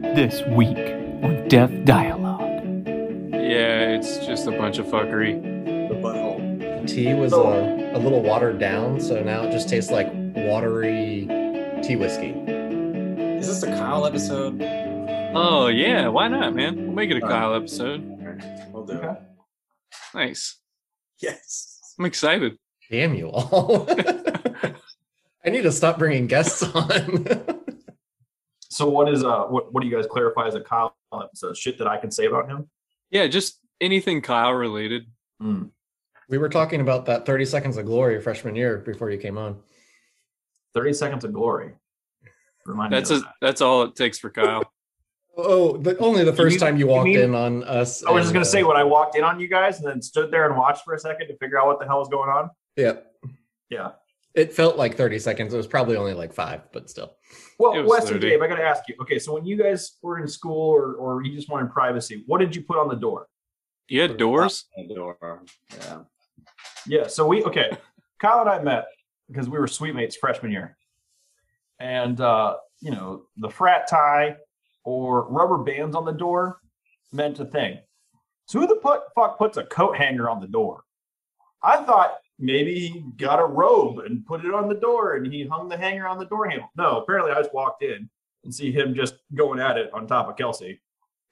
This week on Deaf Dialogue. Yeah, it's just a bunch of fuckery. the butthole. tea was uh, a little watered down, so now it just tastes like watery tea whiskey. Is this a Kyle episode? Oh yeah, why not, man? We'll make it a Kyle episode. We'll do it. Nice. Yes. I'm excited. Damn you all! I need to stop bringing guests on. So what is uh what what do you guys clarify as a Kyle episode? Shit that I can say about him? Yeah, just anything Kyle related. Mm. we were talking about that 30 seconds of glory freshman year before you came on. Thirty seconds of glory. Remind That's me. a of that. that's all it takes for Kyle. Oh, the, only the first mean- time you you walked mean- in on us. I was just and, gonna say uh, when I walked in on you guys and then stood there and watched for a second to figure out what the hell was going on. Yeah, Yeah. it felt like 30 seconds. It was probably only like five, but still. It Well, was Wes and 30. Dave, I gotta ask you. Okay, so when you guys were in school or or you just wanted privacy, what did you put on the door? You had doors? The door. Yeah. Yeah, so we okay. Kyle and I met because we were sweet mates freshman year. And uh, you know, the frat tie or rubber bands on the door meant a thing. So who the put, fuck puts a coat hanger on the door? I thought maybe he got a robe and put it on the door and he hung the hanger on the door handle. No, apparently I just walked in and see him just going at it on top of Kelsey.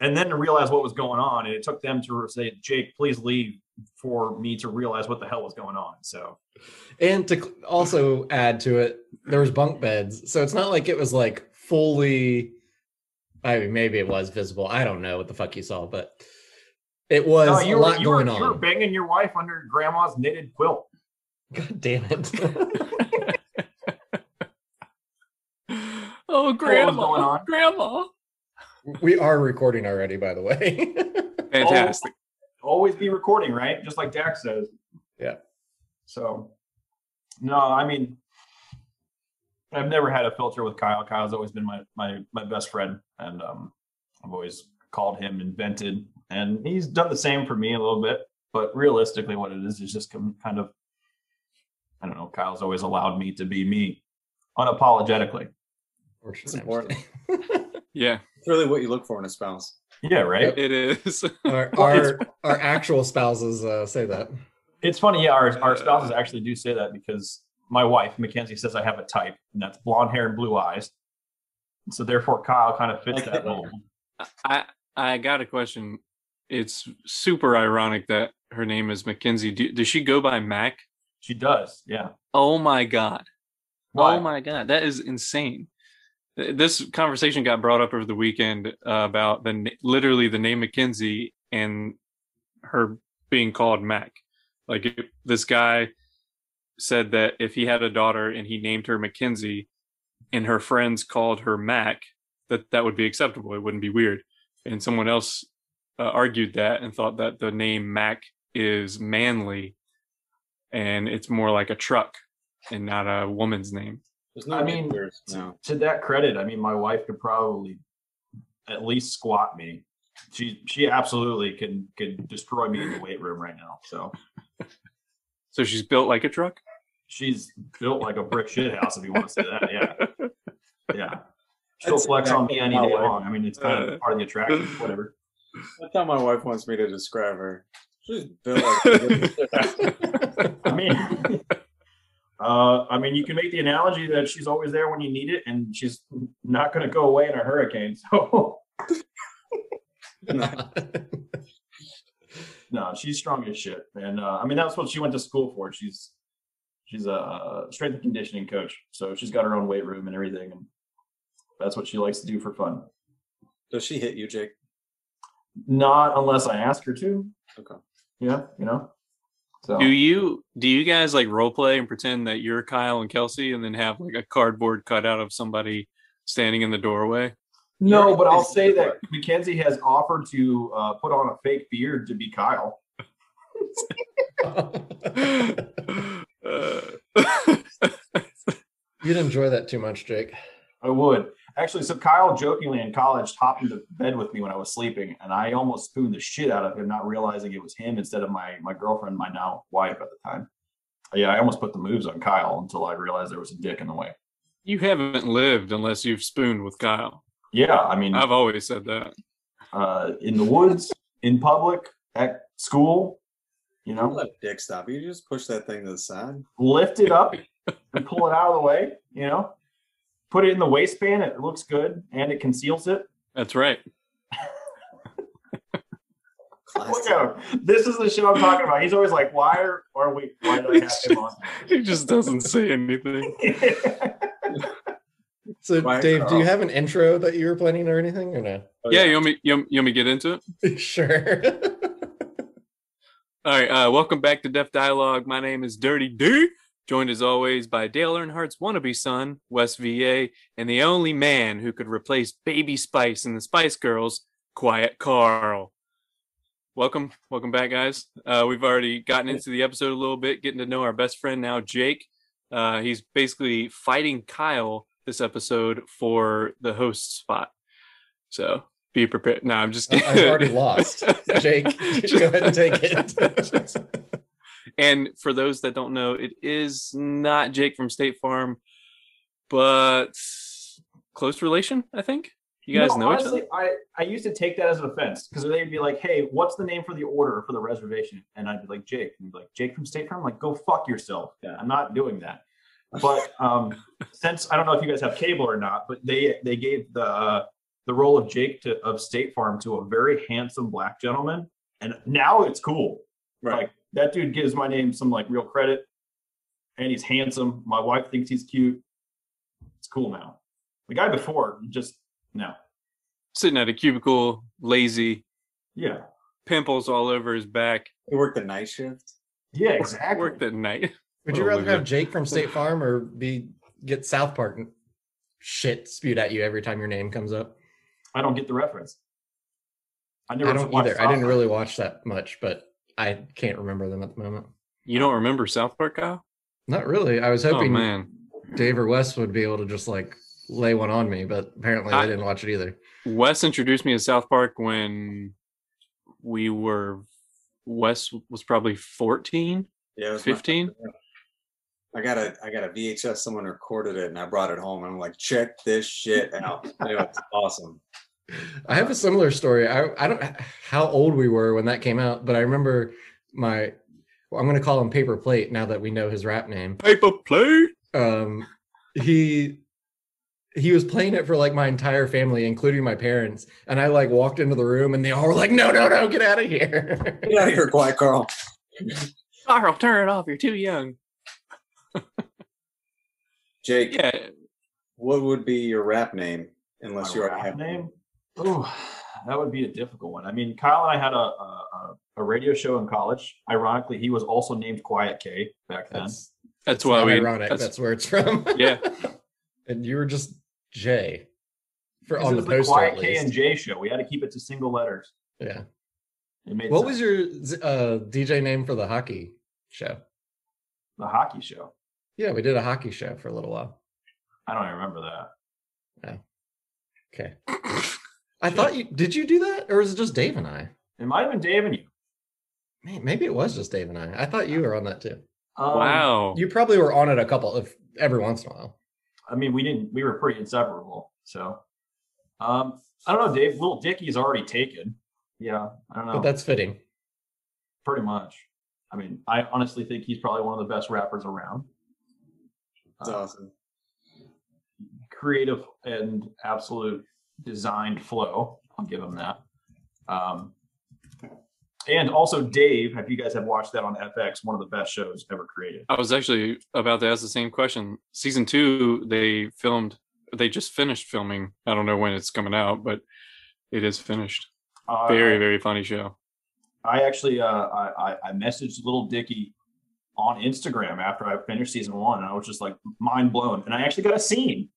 And then to realize what was going on, and it took them to say, Jake, please leave for me to realize what the hell was going on. So And to cl- also add to it, there was bunk beds, so it's not like it was like fully. I mean, maybe it was visible. I don't know what the fuck you saw, but it was No, a lot were- going you were on. banging your wife under grandma's knitted quilt. God damn it! Oh going grandma. on? Grandma. we are recording already, by the way. Fantastic. Always be recording, right? Just like Dax says. Yeah. So no, I mean I've never had a filter with Kyle. Kyle's always been my my my best friend. And um I've always called him invented. And he's done the same for me a little bit, but realistically what it is is just com- kind of I don't know, Kyle's always allowed me to be me unapologetically. It's important. Oh. Yeah, It's really what you look for in a spouse. Yeah, right. it is. our Well, our, our actual spouses uh, say that. It's funny, yeah. Our, our spouses actually do say that because my wife Mackenzie says I have a type, and that's blonde hair and blue eyes. So therefore, Kyle kind of fits Like that Hitler. mold. I I got a question. It's super ironic that her name is Mackenzie. Do, does she go by Mac? She does, yeah. Oh my god. Why? Oh my god, that is insane. Th- This conversation got brought up over the weekend uh, about the na- literally the name McKenzie and her being called Mac. Like it- this guy said that if he had a daughter and he named her Mackenzie and her friends called her Mac, that that would be acceptable. It wouldn't be weird. And someone else uh, argued that and thought that the name Mac is manly and it's more like a truck and not a woman's name. There's no I mean- neighbors, no. To that credit, I mean, my wife could probably at least squat me. She she absolutely can could destroy me in the weight room right now. So So she's built like a truck. she's built like a brick shit house, if you want to say that. Yeah, yeah. She'll That's flex on me any exactly day my wife. long. I mean, it's kind of part of the attraction, whatever. That's how my wife wants me to describe her. She's built like. I mean, uh, I mean, you can make the analogy that she's always there when you need it, and she's not going to go away in a hurricane. So, no, she's strong as shit, and uh, I mean, that's what she went to school for. She's she's a strength and conditioning coach, so she's got her own weight room and everything, and that's what she likes to do for fun. Does she hit you, Jake? Not unless I ask her to. Okay. Yeah, you know. So Do you do you guys like role play and pretend that you're Kyle and Kelsey and then have like a cardboard cutout of somebody standing in the doorway? no, You're- but I'll say that Mackenzie has offered to uh, put on a fake beard to be Kyle. Uh, You'd enjoy that too much, Jake. I would. Actually, so Kyle jokingly in college hopped into bed with me when I was sleeping, and I almost spooned the shit out of him, not realizing it was him instead of my my girlfriend, my now wife at the time. Yeah, I almost put the moves on Kyle until I realized there was a dick in the way. you haven't lived unless you've spooned with Kyle. Yeah, I mean, I've always said that. uh, in the woods, in public, at school, you Don't know, let dick stop you. Just push that thing to the side. lift it up and pull it out of the way, you know, put it in the waistband. It looks good and it conceals it. That's right. Look at him. This is the shit I'm talking about. He's always like, why are, are we, why do I have him on? He just doesn't say anything. So, Right. Dave, do you have an intro that you were planning or anything, or no? Yeah, you want me? You want, you want me to get into it? sure. All right. Uh, welcome back to Deaf Dialogue. My name is Dirty D, joined as always by Dale Earnhardt's wannabe son, Wes VA, and the only man who could replace Baby Spice in the Spice Girls, Quiet Carl. Welcome, welcome back, guys. Uh, we've already gotten into the episode a little bit, getting to know our best friend now, Jake. Uh, he's basically fighting Kyle this episode for the host spot. So be prepared. No, I'm just I- kidding. I've already lost. Jake, go ahead and take it. and for those that don't know, it is not Jake from State Farm, but close relation, I think. You guys No, know honestly, I, I used to take that as an offense because they'd be like, hey, what's the name for the order for the reservation? And I'd be like, Jake. And they'd be like, Jake from State Farm? I'm like, go fuck yourself. Yeah. I'm not doing that. But um, since I don't know if you guys have cable or not, but they they gave the uh, the role of Jake to of State Farm to a very handsome black gentleman, and now it's cool. Right. Like that dude gives my name some like real credit, and he's handsome. My wife thinks he's cute. It's cool now. The guy before just no, sitting at a cubicle, lazy, yeah, pimples all over his back, You work the night shift. yeah, exactly. worked at night. Would you Well, rather Oh, we- have Jake from State Farm or be get South Park shit spewed at you every time your name comes up? I don't get the reference. I never I don't watched either. I South didn't Park. really watch that much, but I can't remember them at the moment. You don't remember South Park, Kyle? Not really. I was Oh hoping man, Dave or Wes would be able to just like lay one on me, but apparently I- they didn't watch it either. Wes introduced me to South Park when we were Wes was probably 14, Yeah, it was my- 15. I got a I got a VHS. Someone recorded it, and I brought it home. And I'm like, check this shit out. it was awesome. I have a similar story. I, I don't how old we were when that came out, but I remember my well, I'm going to call him Paper Plate now that we know his rap name. Paper plate. um he he was playing it for like my entire family including my parents and i like walked into the room and they all were like no no no get out of here Get out of here, Quiet Carl. Carl, turn it off. You're too young. Jake, Yeah, what would be your rap name My unless you already rap have name. Oh, that would be a difficult one. I mean, Kyle and I had a a, a- a radio show in college. Ironically, he was also named Quiet K back then. that's, that's not why we. ironic that's, that's- where it's from yeah, and you were just jay for This on the is poster Quiet at K and least J show. We had to keep it to single letters. yeah It made what sense. was your uh dj name for the hockey show the hockey show? yeah we did a hockey show for a little while I don't even remember that. okay i thought you did you do that or was it just dave and i It might have been Dave and you. Man, maybe it was just dave and i i thought you were on that too Um, wow. You probably were on it a couple of every once in a while. I mean, we didn't. We were pretty inseparable. So, um, I don't know, Dave. Little Dickie's already taken. Yeah, I don't know. But that's fitting. pretty much. I mean, I honestly think he's probably one of the best rappers around. That's Uh, awesome. creative and absolute designed flow. I'll give him that. Um, and also, Dave, if you guys have watched that on FX, one of the best shows ever created. I was actually about to ask the same question. Season two, they filmed, they just finished filming. I don't know when it's coming out, but it is finished. Uh, Very, very funny show. I actually uh, I, I I messaged Little Dicky on Instagram after I finished season one, and I was just like mind blown. And I actually got a scene.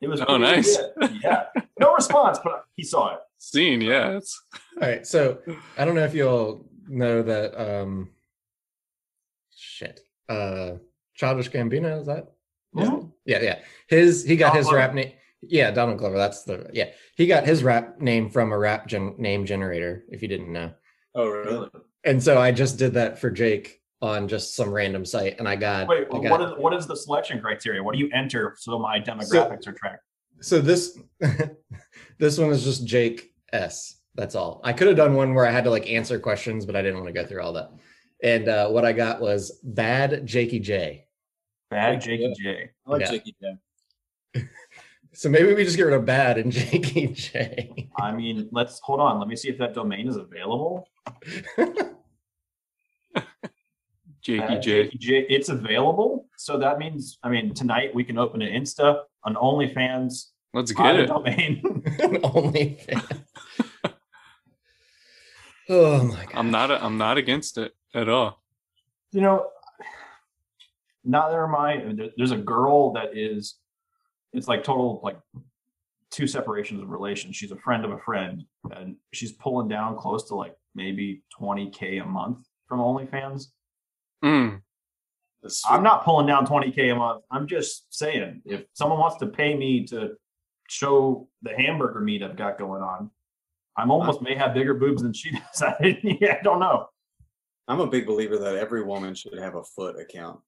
It was Oh, pretty nice. legit. Yeah, no response, but he saw it. Scene, yeah. It's, All right. So I don't know if y'all know that um shit. Uh Childish Gambino, is that? Yeah, yeah. His he got Donald his Glover. rap name. Yeah, Donald Glover. That's the yeah. He got his rap name from a rap gen- name generator, if you didn't know. Oh, Really? really? And so I just did that for Jake on just some random site and I got Wait, I got, what is, what is the selection criteria? What do you enter so my demographics are tracked? so this This one is just Jake S. That's all. I could have done one where I had to like answer questions, but I didn't want to go through all that. And uh, what I got was bad Jakey J. Bad Jakey J. I like Yeah. Jakey J. So maybe we just get rid of bad and Jakey J. I mean, let's hold on. Let me see if that domain is available. Jakey Bad J. Jakey J. It's available. So that means, I mean, tonight we can open an Insta, an OnlyFans, Let's get buy the it. domain. Only fan. oh my god. I'm not. I'm not against it at all. you know, now that remind I mean, there, there's a girl that is, it's like total like two separations of relations. She's a friend of a friend, and she's pulling down close to like maybe 20k a month from OnlyFans. Mm, That's I'm not pulling down 20k a month. I'm just saying, if someone wants to pay me to show the hamburger meat I've got going on, I'm almost may have bigger boobs than she does. I, yeah, I don't know. I'm a big believer that every woman should have a foot account.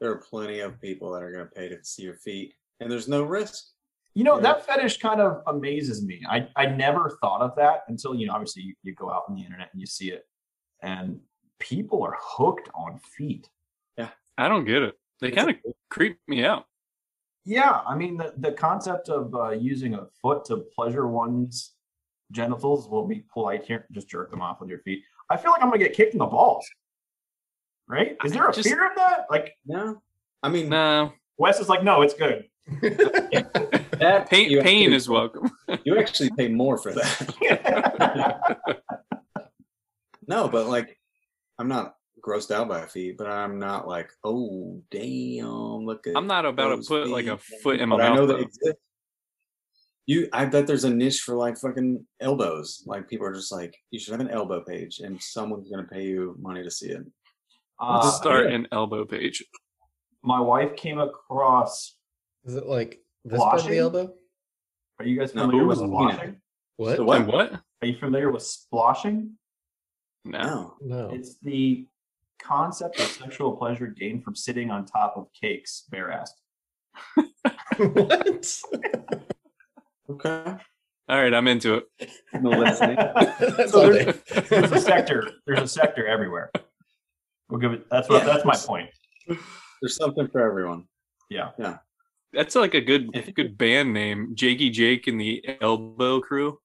There are plenty of people that are going to pay to see your feet, and there's no risk. You know, Yeah. that fetish kind of amazes me. I, I never thought of that until, you know, obviously you, you go out on the internet and you see it. And people are hooked on feet. I don't get it. They kind of creep me out. Yeah. I mean, the, the concept of uh, using a foot to pleasure one's genitals will be polite here. Just jerk them off with your feet. I feel like I'm going to get kicked in the balls. Right? Is I there a just- fear of that? Like, No, I mean No, Wes is like, no, it's good. that pain, you pain actually- is welcome. You actually pay more for that. no, but like, I'm not grossed out by feet, but I'm not like, oh damn, look at. I'm not about to those put like a feet." foot in my But I know mouth. that though. exist. You, I bet there's a niche for like fucking elbows. Like people are just like, you should have an elbow page, and someone's gonna pay you money to see it. Uh, Let's start an elbow page. My wife came across. Is it like this part of the Washing? elbow? Are you guys No, familiar with ooh, yeah. splashing? What? The What? What? what? Are you familiar with splashing? No. No, No. It's the concept of sexual pleasure gained from sitting on top of cakes, bare assed. what? okay. All right, I'm into it. No listening. That's So all there's- they- There's a sector. There's a sector everywhere. We'll give it. That's what. Yeah. That's my point. There's something for everyone. That's like a good If- good band name. Jakey Jake and the Elbow Crew.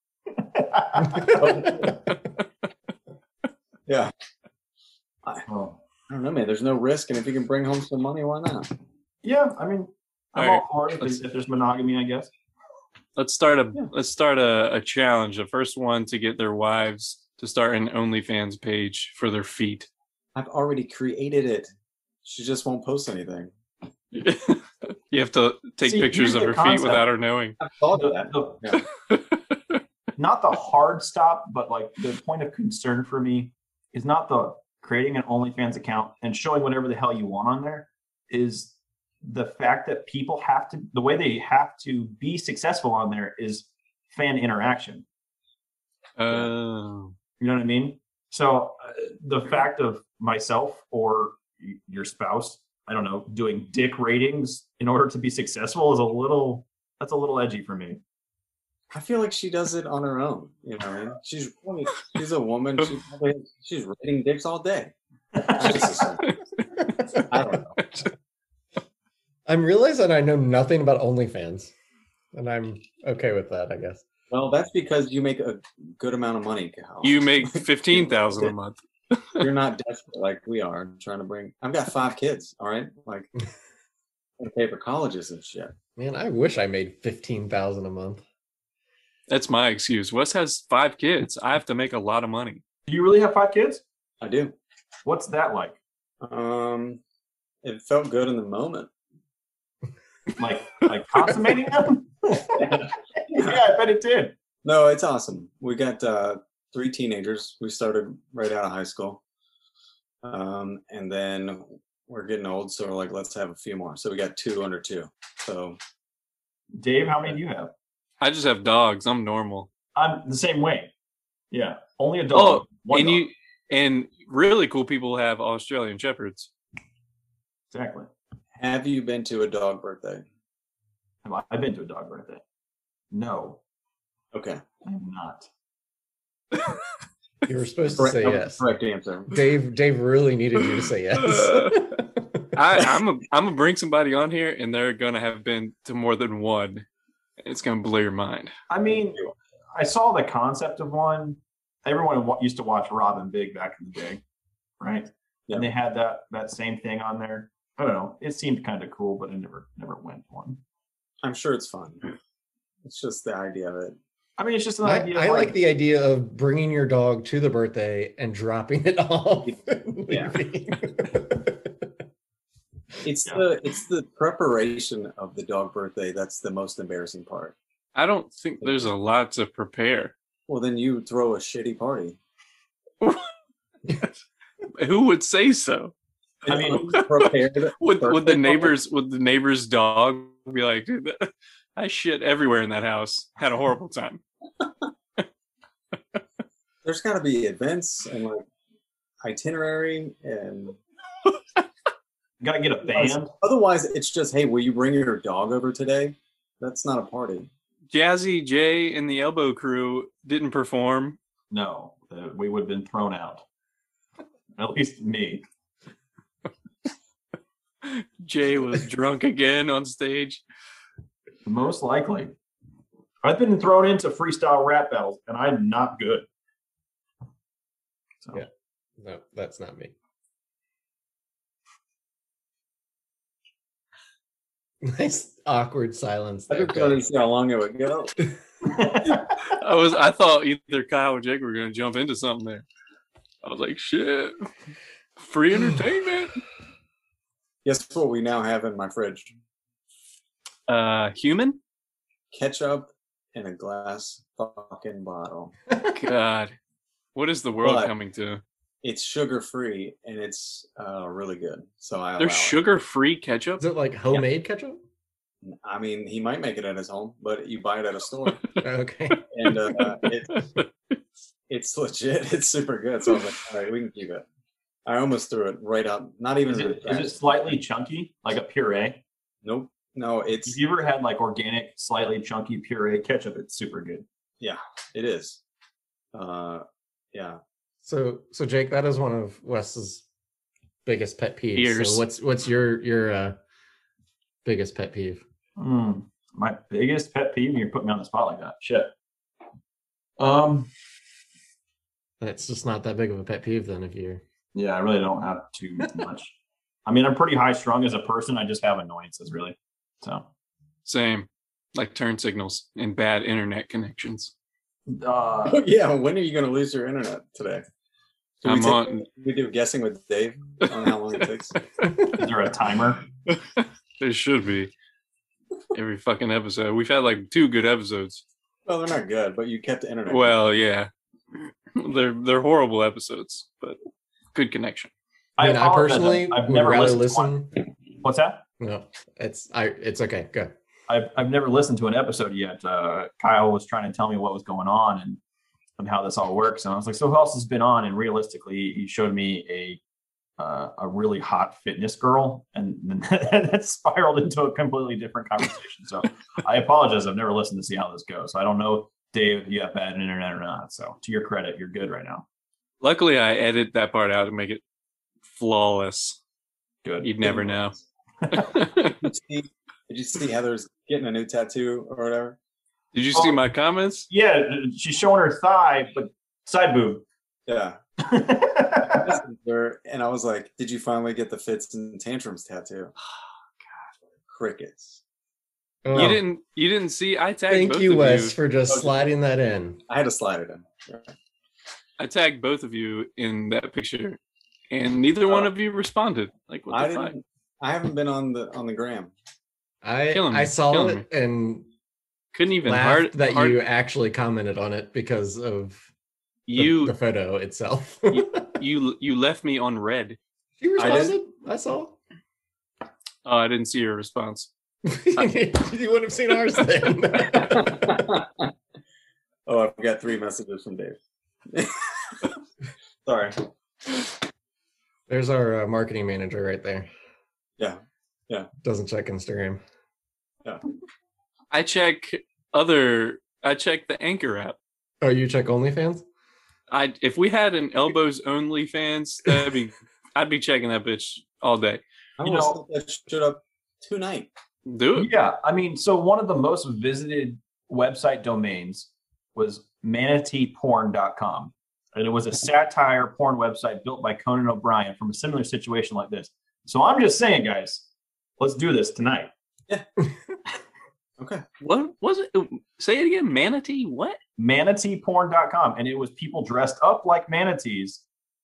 Yeah, Oh. I don't know, man. There's no risk, and if you can bring home some money, why not? Yeah, I mean, I'm All all, for right, it if there's, let's- if there's monogamy, I guess. Let's start a Yeah. let's start a, a challenge. The first one to get their wives to start an OnlyFans page for their feet. I've already created it. She just won't post anything. you have to take See, pictures here's of the her concept. feet without her knowing. I've thought of that. The- the- not the hard stop, but like the point of concern for me is not the creating an OnlyFans account and showing whatever the hell you want on there is the fact that people have to the way they have to be successful on there is fan interaction. Oh, You know what I mean? So uh, the fact of myself or y- your spouse, I don't know, doing dick ratings in order to be successful is a little that's a little edgy for me. I feel like she does it on her own. You know, what I mean? she's really- she's a woman. She probably, she's rating dicks all day. She's just like- I don't know. I'm realizing I know nothing about OnlyFans, and I'm okay with that, I guess. Well, that's because you make a good amount of money, Cal. you make fifteen thousand a month. You're not desperate like we are. Trying to bring. I've got five kids. All right, like I pay for colleges and shit. Man, I wish I made fifteen thousand a month. That's my excuse. Wes has five kids. I have to make a lot of money. Do you really have five kids? I do. What's that like? Um, it felt good in the moment. like like consummating them? yeah, I bet it did. No, it's awesome. We got uh, three teenagers. We started right out of high school, um, and then we're getting old, so we're like, let's have a few more. So we got two under two. So Dave, how many do you have? I just have dogs. I'm normal. I'm the same way. Yeah, only a dog. Oh, one and dog. you and really cool people have Australian shepherds. exactly. have you been to a dog birthday? Have I- I've been to a dog birthday. No, Okay. I am not. You were supposed to say Correct- yes. Correct answer. Dave Dave really needed you to say yes. Uh, I, I'm a, I'm gonna bring somebody on here, and they're gonna have been to more than one. It's gonna blow your mind. I mean, I saw the concept of one. Everyone wa- used to watch Robin Big back in the day, right? Yeah. And they had that that same thing on there. I don't know. It seemed kind of cool, but I never never went one. I'm sure it's fun. It's just the idea of it. I mean, it's just an I, idea. I like the idea of bringing your dog to the birthday and dropping it off. and Yeah. leaving. It's Yeah. the it's the preparation of the dog birthday that's the most embarrassing part. I don't think there's a lot to prepare. Well, then you throw a shitty party. Who would say so? I mean- prepared. Would would the Birthday neighbors would the neighbor's dog be like, "Dude, I shit everywhere in that house. Had a horrible time. There's got to be events and like itinerary, and got to get a band. otherwise it's just, hey, will you bring your dog over today? That's not a party. Jazzy Jay and the Elbow Crew didn't perform. No, uh, we would have been thrown out. At least me. Jay was drunk again on stage. Most likely. I've been thrown into freestyle rap battles and I'm not good. So, Yeah. no, that's not me. Nice awkward silence I there. just wanted to Cody. see how long it would go. I was I thought either Kyle or Jake were gonna jump into something there. I was like, shit. Free entertainment. Guess what we now have in my fridge? Uh human? Ketchup in a glass fucking bottle. God. What is the world But- coming to? It's sugar free and it's uh, really good. So I allow There's it. sugar free ketchup? Is it like homemade ketchup? I mean, he might make it at his home, but you buy it at a store, Oh, Okay. and uh, it's it's legit. It's super good. So I was like, all right, we can keep it. I almost threw it right out. Not even. is, in the it, is it trash. slightly chunky, like a puree? Nope. No, If it's you ever had like organic, slightly chunky puree ketchup, it's super good. it is. Uh, yeah. So so Jake, that is one of Wes's biggest pet peeves. Ears. So what's what's your your uh biggest pet peeve? Hmm, my biggest pet peeve, and you're putting me on the spot like that. Shit. Um, That's just not that big of a pet peeve then if you're yeah, I really don't have too much. I mean, I'm pretty high strung as a person. I just have annoyances, really. So, Same. Like turn signals and bad internet connections. uh, Oh, yeah. When are you going to lose your internet today? Can we I'm take- on- We do guessing with Dave on how long it takes. Is there a timer? There should be. Every fucking episode. We've had like two good episodes. Well, they're not good, but you kept the internet. Well, yeah. They're they're horrible episodes, but good connection. I, mean, I apologize, personally I've would never rather listened to one. listen. What's that? No, it's I it's okay. Go. I've, I've never listened to an episode yet. Uh, Kyle was trying to tell me what was going on and, and how this all works, and I was like, "So who else has been on?" And realistically, he showed me a uh, a really hot fitness girl, and then that spiraled into a completely different conversation. So I apologize. I've never listened to see how this goes. I don't know, Dave, if you have bad internet or not. So to your credit, you're good right now. Luckily, I edit that part out to make it flawless. Good. You'd never know. Did you see, did you see Heather's getting a new tattoo or whatever? Did you Oh. see my comments? Yeah, she's showing her thigh, but side boob. Yeah. messaged her, and I was like, "Did you finally get the fits and tantrums tattoo?" Crickets. Oh, You didn't. You didn't see. I tagged thank both you, of Wes, you. Oh, for just sliding that in. I had to slide it in. I tagged both of you in that picture, and neither Oh. one of you responded. Like what I the fuck? didn't. I haven't been on the on the gram. I Killing me, I saw killing it and Couldn't even. laughed Hard, that hard- you actually commented on it because of the, you the photo itself. you- you you left me on red. she I didn't- responded. I, saw. Oh, I didn't see your response. you wouldn't have seen ours then. Oh, I've got three messages from Dave. Sorry. There's our uh, marketing manager right there. Yeah. Doesn't check Instagram. I check other I checked the Anchor app. Oh, you check OnlyFans? I if we had an elbows only fans, that'd be I'd be checking that bitch all day. I You almost know- set that shit up tonight. Do it. Yeah, I mean, so one of the most visited website domains was manateeporn.com. And it was a satire porn website built by Conan O'Brien from a similar situation like this. So I'm just saying, guys, let's do this tonight. Okay. What was it? Say it again. Manatee? What? Manateeporn.com. And it was people dressed up like manatees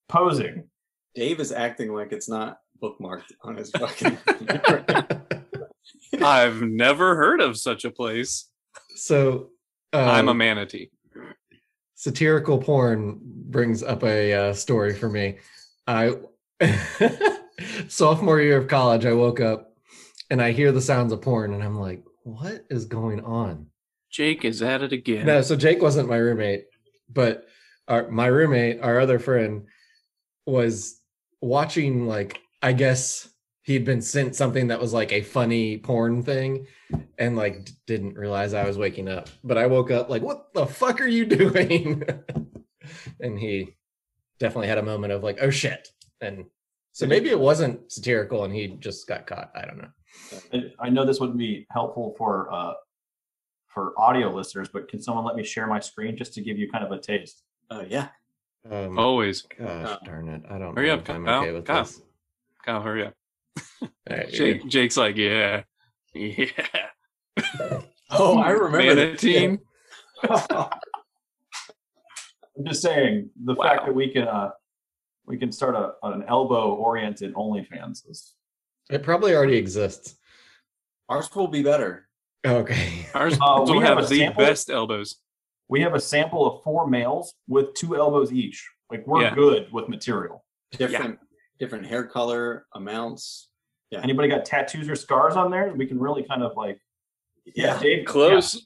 posing. Dave is acting like it's not bookmarked on his fucking. I've never heard of such a place. so um, I'm a manatee. satirical porn brings up a uh, story for me. I sophomore year of college, I woke up and I hear the sounds of porn, and I'm like, "What is going on?" Jake is at it again. No, so Jake wasn't my roommate, but our, my roommate, our other friend, was watching like I guess he'd been sent something that was like a funny porn thing, and like d- didn't realize I was waking up. But I woke up like, "What the fuck are you doing?" and he definitely had a moment of like, "Oh shit!" And so maybe it wasn't satirical, and he just got caught. I don't know. And I know this wouldn't be helpful for uh, for audio listeners, but can someone let me share my screen just to give you kind of a taste? Uh, yeah. Um, Always. gosh darn it! I don't. Oh, uh, Hurry know up, if I'm Kyle. okay with Kyle. this. Kyle, hurry up. All right, you're Jake, Jake's like, yeah. Yeah. Oh, I remember. that. Manatee. I'm just saying the Wow. fact that we can uh we can start a an elbow oriented OnlyFans is good. It probably already exists. Ours will be better. Okay. Ours Uh, we we have have a the sample? best elbows. we have a sample of four males with two elbows each. Like we're Yeah. good with material. Different, different hair color amounts. Anybody got tattoos or scars on there? We can really kind of like yeah, Dave, Close.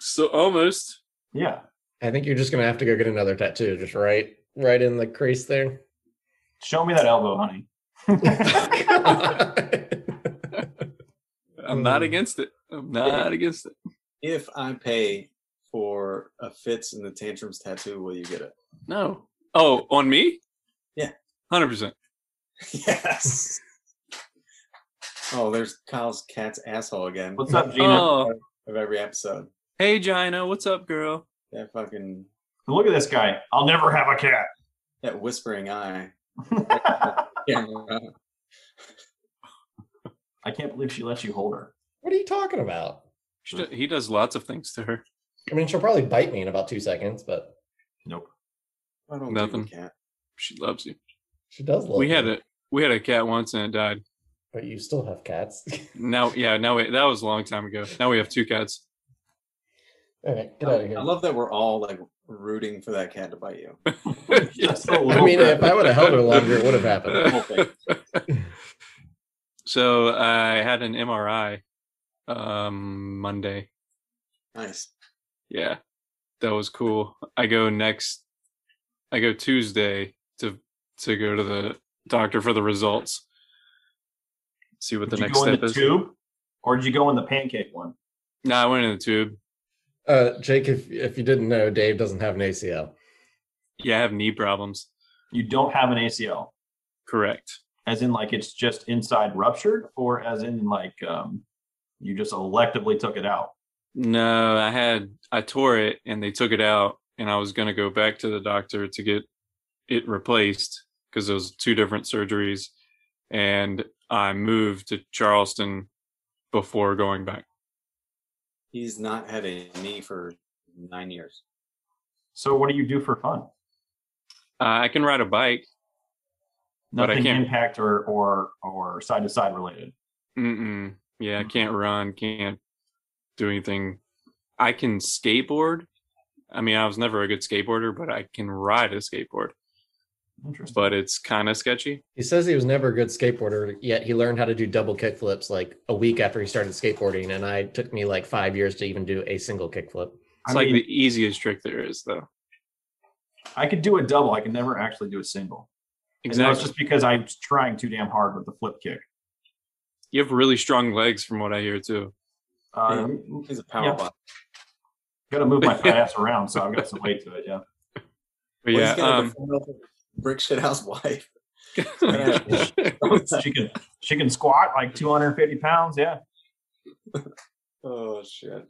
So almost. Yeah, yeah. I think you're just gonna have to go get another tattoo, just right, right in the crease there. Show me that elbow, honey. I'm not Hmm. Mm. against it. I'm not against it. If I pay for a fits and the tantrums tattoo, will you get it? No. Oh, on me? Yeah. Hundred percent. Yes. oh, there's Kyle's cat's asshole again. What's up, Gina? Oh, Of every episode, hey, Gina, what's up, girl? that fucking Look at this guy. I'll never have a cat. that whispering eye. Yeah. I can't believe she let you hold her. what are you talking about? She do- He does lots of things to her. I mean, she'll probably bite me in about two seconds, but Nope. I don't Nothing. Nothing. Cat. She loves you. she does love. We had me. a we had a cat once and it died. but you still have cats. Now, yeah, now we, that was a long time ago. Now we have two cats. All right, get out of I here. love that we're all like rooting for that cat to bite you. Just a I little mean, bit. if I would have held her longer, it would have happened. so I had an MRI um Monday. Nice. Yeah. That was cool. I go next I go Tuesday to to go to the doctor for the results. See what the did you next go in step the is. tube or did you go in the pancake one? No, I went in the tube. Uh, Jake, if if you didn't know, Dave doesn't have an ACL. Yeah, I have knee problems. You don't have an ACL, Correct. as in like it's just inside ruptured, or as in like um, you just electively took it out. No, I had I tore it and they took it out and I was going to go back to the doctor to get it replaced because it was two different surgeries and I moved to Charleston before going back. He's not had a knee for nine years. So what do you do for fun? Uh, I can ride a bike. But I Nothing can't- impact or or or side to side related. Mm-mm. Yeah, Mm. I can't run, can't do anything. I can skateboard. I mean, I was never a good skateboarder, but I can ride a skateboard, Interesting. but it's kind of sketchy. He says he was never a good skateboarder, yet he learned how to do double kickflips like a week after he started skateboarding, and I took me like five years to even do a single kickflip. I, It's like mean, the easiest trick there is, though. I could do a double. I can never actually do a single. And that's Exactly. just because I'm trying too damn hard with the flip kick. You have really strong legs, from what I hear, too. Uh, He's a power Yeah. bot. Got to move my fat ass around, so I've got some weight to it. Yeah. But Well, yeah, he's got a um, defendable brick shit house wife. she can she can squat like 250 pounds. Yeah. oh shit!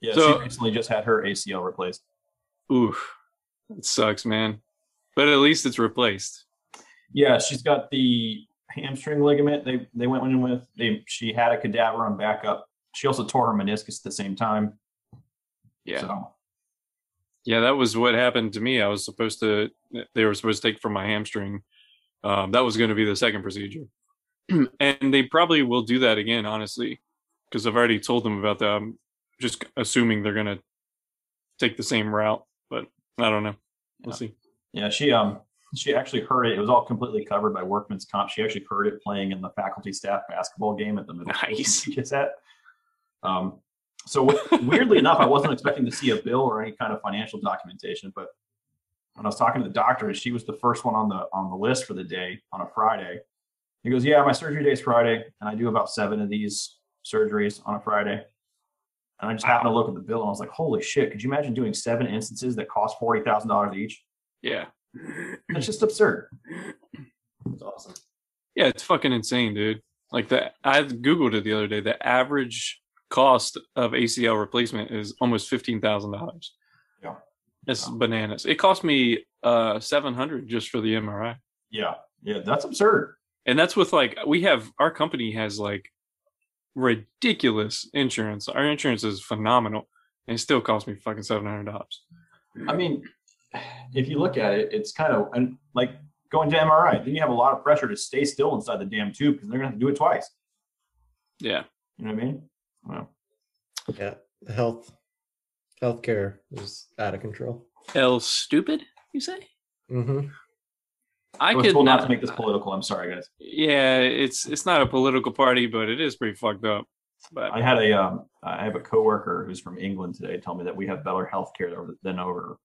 Yeah. So- she recently just had her ACL replaced. oof, it sucks, man. But at least it's replaced. Yeah, she's got the hamstring ligament. They they went in with they. She had a cadaver on backup. She also tore her meniscus at the same time. Yeah. So Yeah, that was what happened to me. I was supposed to, they were supposed to take from my hamstring. Um, that was going to be the second procedure. and they probably will do that again, honestly, because I've already told them about that. I'm just assuming they're going to take the same route, but I don't know. We'll see. yeah, she um she actually heard it. It was all completely covered by workman's comp. She actually heard it playing in the faculty staff basketball game at the middle school Nice. she gets at. Um, so we- weirdly enough, I wasn't expecting to see a bill or any kind of financial documentation, but when I was talking to the doctor, she was the first one on the on the list for the day on a Friday. He goes, "Yeah, my surgery day's Friday, and I do about seven of these surgeries on a Friday." And I just happened to look at the bill, and I was like, "Holy shit! Could you imagine doing seven instances that cost forty thousand dollars each? Yeah. That's just absurd." It's awesome. Yeah, it's fucking insane, dude. Like that, I Googled it the other day. The average cost of ACL replacement is almost $15,000. Yeah. It's Yeah. bananas. It cost me uh 700 just for the MRI. Yeah, yeah, that's absurd. and that's with like we have our company has like ridiculous insurance our insurance is phenomenal and it still cost me fucking $700 I mean, if you look at it, it's kind of and like going to MRI. Then you have a lot of pressure to stay still inside the damn tube because they're gonna have to do it twice. yeah You know what I mean? Well, Yeah, health, healthcare is out of control. l stupid you say Mm-hmm. i, I, was could told not, not to make this political. I'm sorry, guys. yeah it's it's not a political party but it is pretty fucked up but I had a um, I have a coworker who's from England today tell me that we have better health care than over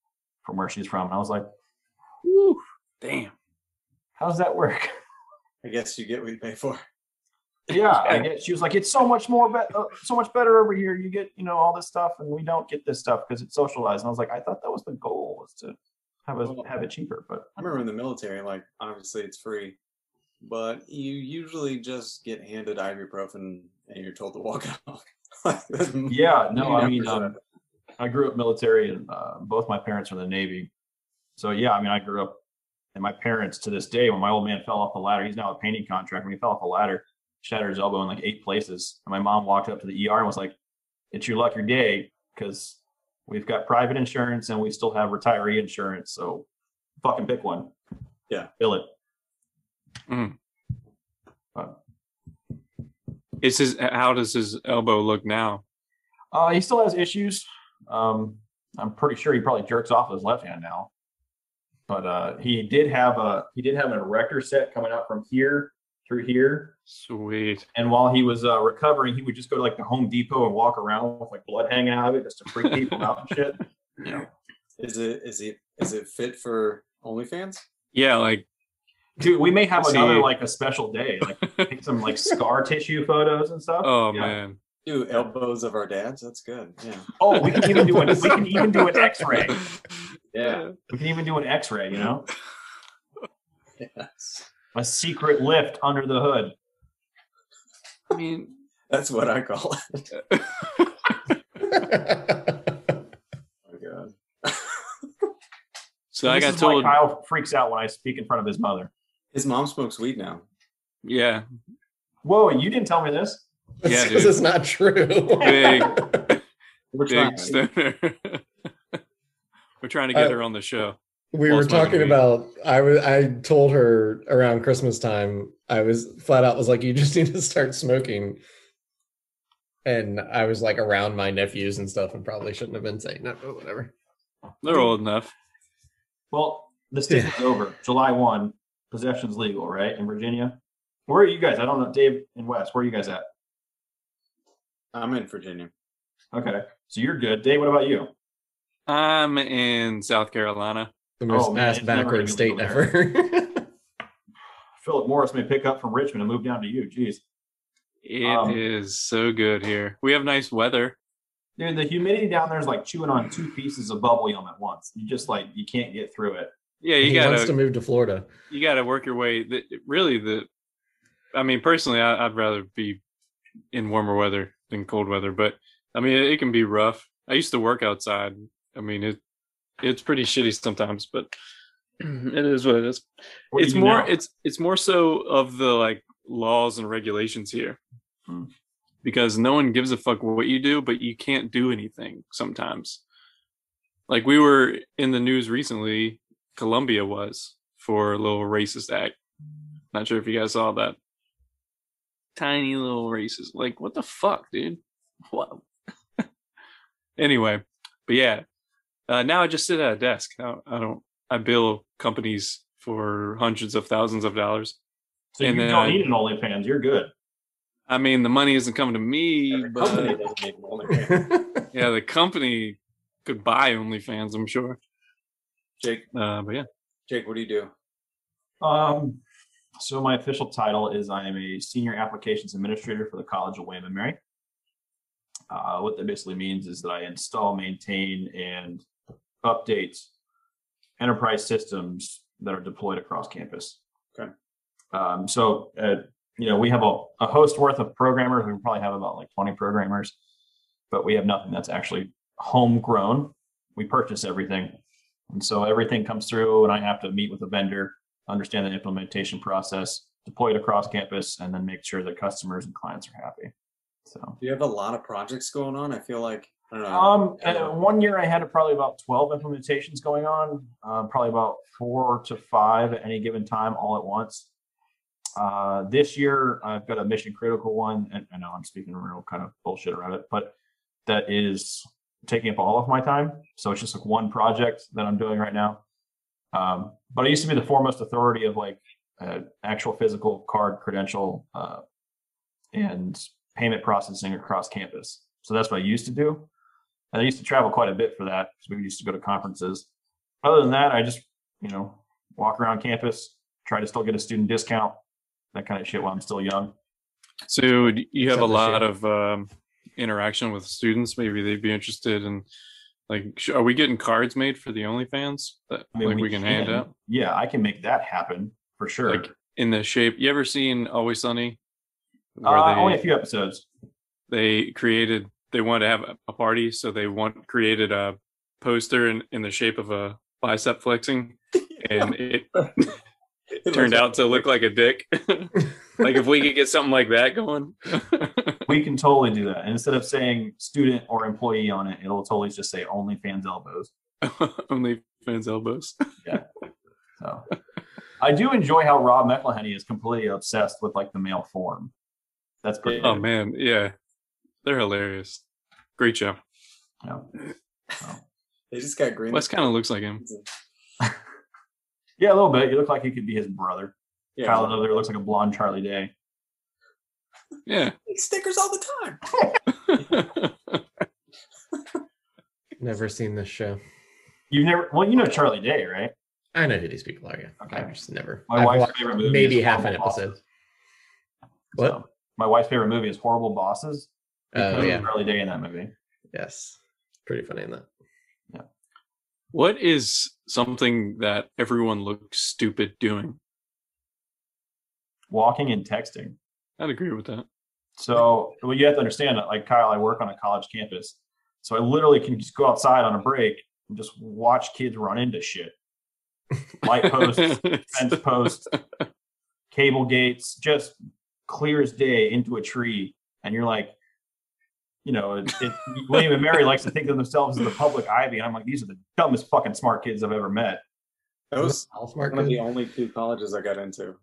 from where she's from, and I was like, whew, damn how does that work? I guess you get what you pay for. yeah, I get, she was like, it's so much more, be- uh, so much better over here. You get, you know, all this stuff, and we don't get this stuff because it's socialized. And I was like, I thought that was the goal was to have us Well, have it cheaper, but I remember in the military, like obviously it's free, but you usually just get handed ibuprofen and you're told to walk it off. yeah, no, I Yeah, mean, for um, I grew up military, and uh, both my parents are in the Navy. So yeah, I mean, I grew up, and my parents to this day, when my old man fell off the ladder, he's now a painting contractor. When he fell off the ladder, shattered his elbow in like eight places, and my mom walked up to the ER and was like, "It's your luck your day, because we've got private insurance and we still have retiree insurance, so fucking pick one." Yeah. bill it. it's his uh, how does his elbow look now Uh, he still has issues. Um, I'm pretty sure he probably jerks off with his left hand now. But uh, he did have a he did have an erector set coming out from here through here. sweet And while he was uh, recovering, he would just go to like the Home Depot and walk around with like blood hanging out of it just to freak people out and shit. Is it is it is it fit for OnlyFans? yeah like Dude, we may have See. another like a special day, like take some like scar tissue photos and stuff. oh Yeah. man Do elbows of our dads? That's good. Yeah. Oh, we can even do an we can even do an X-ray. Yeah. We can even do an X-ray. You know, Yes. a secret lift under the hood. i mean That's what I call it. Oh my god. so i This got is told why Kyle freaks out when I speak in front of his mother. His mom smokes weed now. yeah Whoa, you didn't tell me this. Yeah, because dude. it's not true. big We're trying. big stoner. We're trying to get Uh, her on the show. we Well, were it's not gonna be- talking about i was i told her around christmas time i was flat out was like you just need to start smoking and i was like around my nephews and stuff and probably shouldn't have been saying that but whatever They're old enough. Well, the state is over. July 1, possession's legal, right? In Virginia. Where are you guys? I don't know. Dave and Wes, where are you guys at? I'm in Virginia. Okay. So you're good. Dave, what about you? I'm in South Carolina. the most man, ass it's never gonna backward be state legal ever Philip Morris may pick up from Richmond and move down to you. Jeez. It is Um, so good here. We have nice weather. Dude, the humidity down there is like chewing on two pieces of bubble gum at once. You just like you can't get through it. Yeah, you he wants gotta to move to Florida. you gotta work your way. The, really, the I mean, personally, I, I'd rather be in warmer weather than cold weather. But I mean, it, it can be rough. I used to work outside. I mean, it it's pretty shitty sometimes, but it is what it is. What do it's you do more now? it's it's more so of the like laws and regulations here Hmm. because no one gives a fuck what you do but you can't do anything sometimes like we were in the news recently colombia was for a little racist act not sure if you guys saw that tiny little racist like what the fuck dude what anyway but yeah uh, now i just sit at a desk I, I don't I bill companies for hundreds of thousands of dollars. so you and then don't I- need an OnlyFans. You're good. I mean, the money isn't coming to me, Every company but doesn't make money. yeah, the company could buy OnlyFans, I'm sure. Jake, Uh, but yeah, Jake, what do you do? Um, so my official title is I am a senior applications administrator for the College of William and Mary. Uh, what that basically means is that I install, maintain, and update enterprise systems that are deployed across campus. Okay. Um, so uh, you know we have a, a host worth of programmers. We probably have about like 20 programmers, but we have nothing that's actually homegrown. We purchase everything, and so everything comes through, and I have to meet with a vendor understand the implementation process, deploy it across campus, and then make sure that customers and clients are happy. So, Do you have a lot of projects going on? I feel like I don't know. um, and, uh, one year I had probably about 12 implementations going on, uh, probably about four to five at any given time, all at once. Uh, this year I've got a mission critical one, and I know I'm speaking real kind of bullshit around it, but that is taking up all of my time. So it's just like one project that I'm doing right now. Um, but I used to be the foremost authority of like uh, actual physical card credential uh, and payment processing across campus. So that's what I used to do. And I used to travel quite a bit for that because we used to go to conferences. Other than that, I just, you know, walk around campus, try to still get a student discount, that kind of shit while I'm still young. so d- you have a Except this lot year. of um, interaction with students. Maybe they'd be interested in, like, sh- are we getting cards made for the OnlyFans that I mean, like we, can, hand out Yeah, I can make that happen for sure. Like, in the shape? You ever seen Always Sunny? Where uh, they- only a few episodes. they created they wanted to have a- a party so they want created a poster in, in the shape of a bicep flexing and it It turned looks- out to look like a dick like if we could get something like that going We can totally do that. And instead of saying student or employee on it, it'll totally just say OnlyFans elbows. only fans elbows So I do enjoy how Rob McElhenney is completely obsessed with like the male form. That's great. oh man yeah they're hilarious great show Yeah. They just got green. wes kind of looks like him Yeah, a little bit. You look like you could be his brother. Yeah. Kyle over there looks like a blonde Charlie Day. yeah stickers all the time. Never seen this show. You've never well, you know Charlie Day, right? I know who these people are. Yeah. Okay. I've just never. My I've wife's watched favorite movie maybe is half an Horrible episode. Bosses. What? So, my wife's favorite movie is Horrible Bosses. Oh because of yeah. Charlie Day in that movie. Yes. Pretty funny in that. what is something that everyone looks stupid doing Walking and texting. i'd agree with that So, well, you have to understand that, like Kyle, I work on a college campus. So I literally can just go outside on a break and just watch kids run into shit. Light posts, fence posts, cable gates, just clear as day into a tree. And you're like, you know, it, it, William and Mary likes to think of themselves as the public ivy. And I'm like, these are the dumbest fucking smart kids I've ever met. That was All smart one of the good. only two colleges I got into.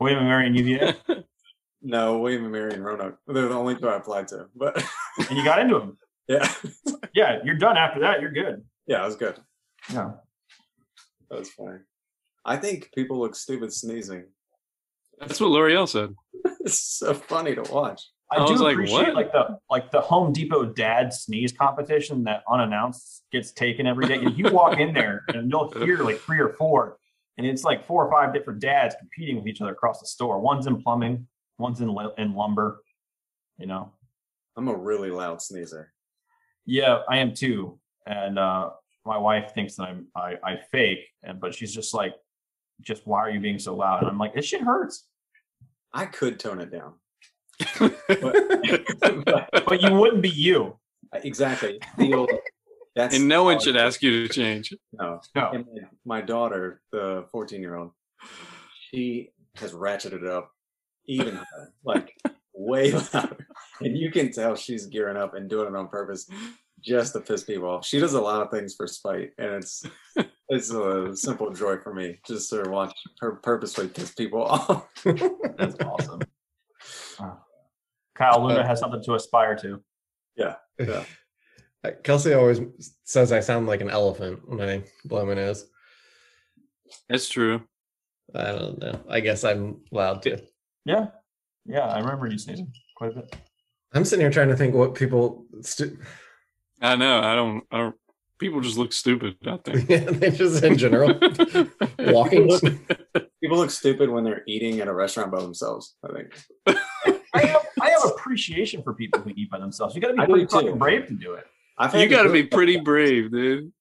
William and Mary and UVA. No, William and Mary and Roanoke. They're the only two I applied to. But and you got into them. yeah, Yeah, you're done after that. You're good. yeah, it was good. Yeah. That was funny. I think people look stupid sneezing. that's what l'oreal said It's so funny to watch. I, I do was like, appreciate "What?" like the like the Home Depot dad sneeze competition that unannounced gets taken every day. And you walk in there and you'll hear like three or four, and it's like four or five different dads competing with each other across the store. One's in plumbing, one's in lu- in lumber. You know, I'm a really loud sneezer. Yeah, I am too. And uh, my wife thinks that I'm I, I fake, and but she's just like, just why are you being so loud? And I'm like, this shit hurts. I could tone it down. But you wouldn't be you. Exactly. The old- that's and no one should ask you to change. No. No. And my- my daughter, the 14 year old, she has ratcheted it up even higher, like way louder. And you can tell she's gearing up and doing it on purpose just to piss people off. She does a lot of things for spite, and it's it's a simple joy for me just to watch her purposely piss people off. That's awesome. Uh, Kyle Luna has something to aspire to. Yeah. Uh, Kelsey always says I sound like an elephant when I blow my nose. That's true. I don't know. I guess I'm loud too. Yeah, yeah, I remember you sneezing quite a bit. I'm sitting here trying to think what people. Stu- I know. I don't. I don't people just look stupid. I think. yeah, they just in general walking. People look stupid when they're eating at a restaurant by themselves, I think. I have, I have appreciation for people who eat by themselves. You got to be I do pretty too. fucking brave to do it. I've had you got to do be it. pretty brave, dude.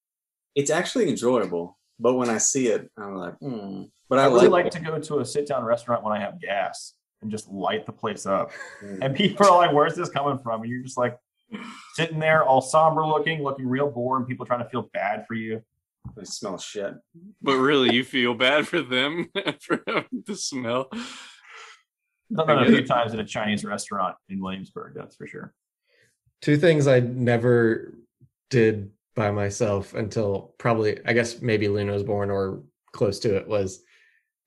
It's actually enjoyable, but when I see it, I'm like, mm. but I, I really like, like to go to a sit down restaurant when I have gas and just light the place up. Mm. And people are like, "Where's this coming from?" And you're just like sitting there, all somber looking, looking real bored, and people trying to feel bad for you. I smell shit. But really, you feel bad for them for having to smell. Done that a few times at a Chinese restaurant in Williamsburg, that's for sure. Two things I never did by myself until probably, I guess maybe Luna was born or close to it was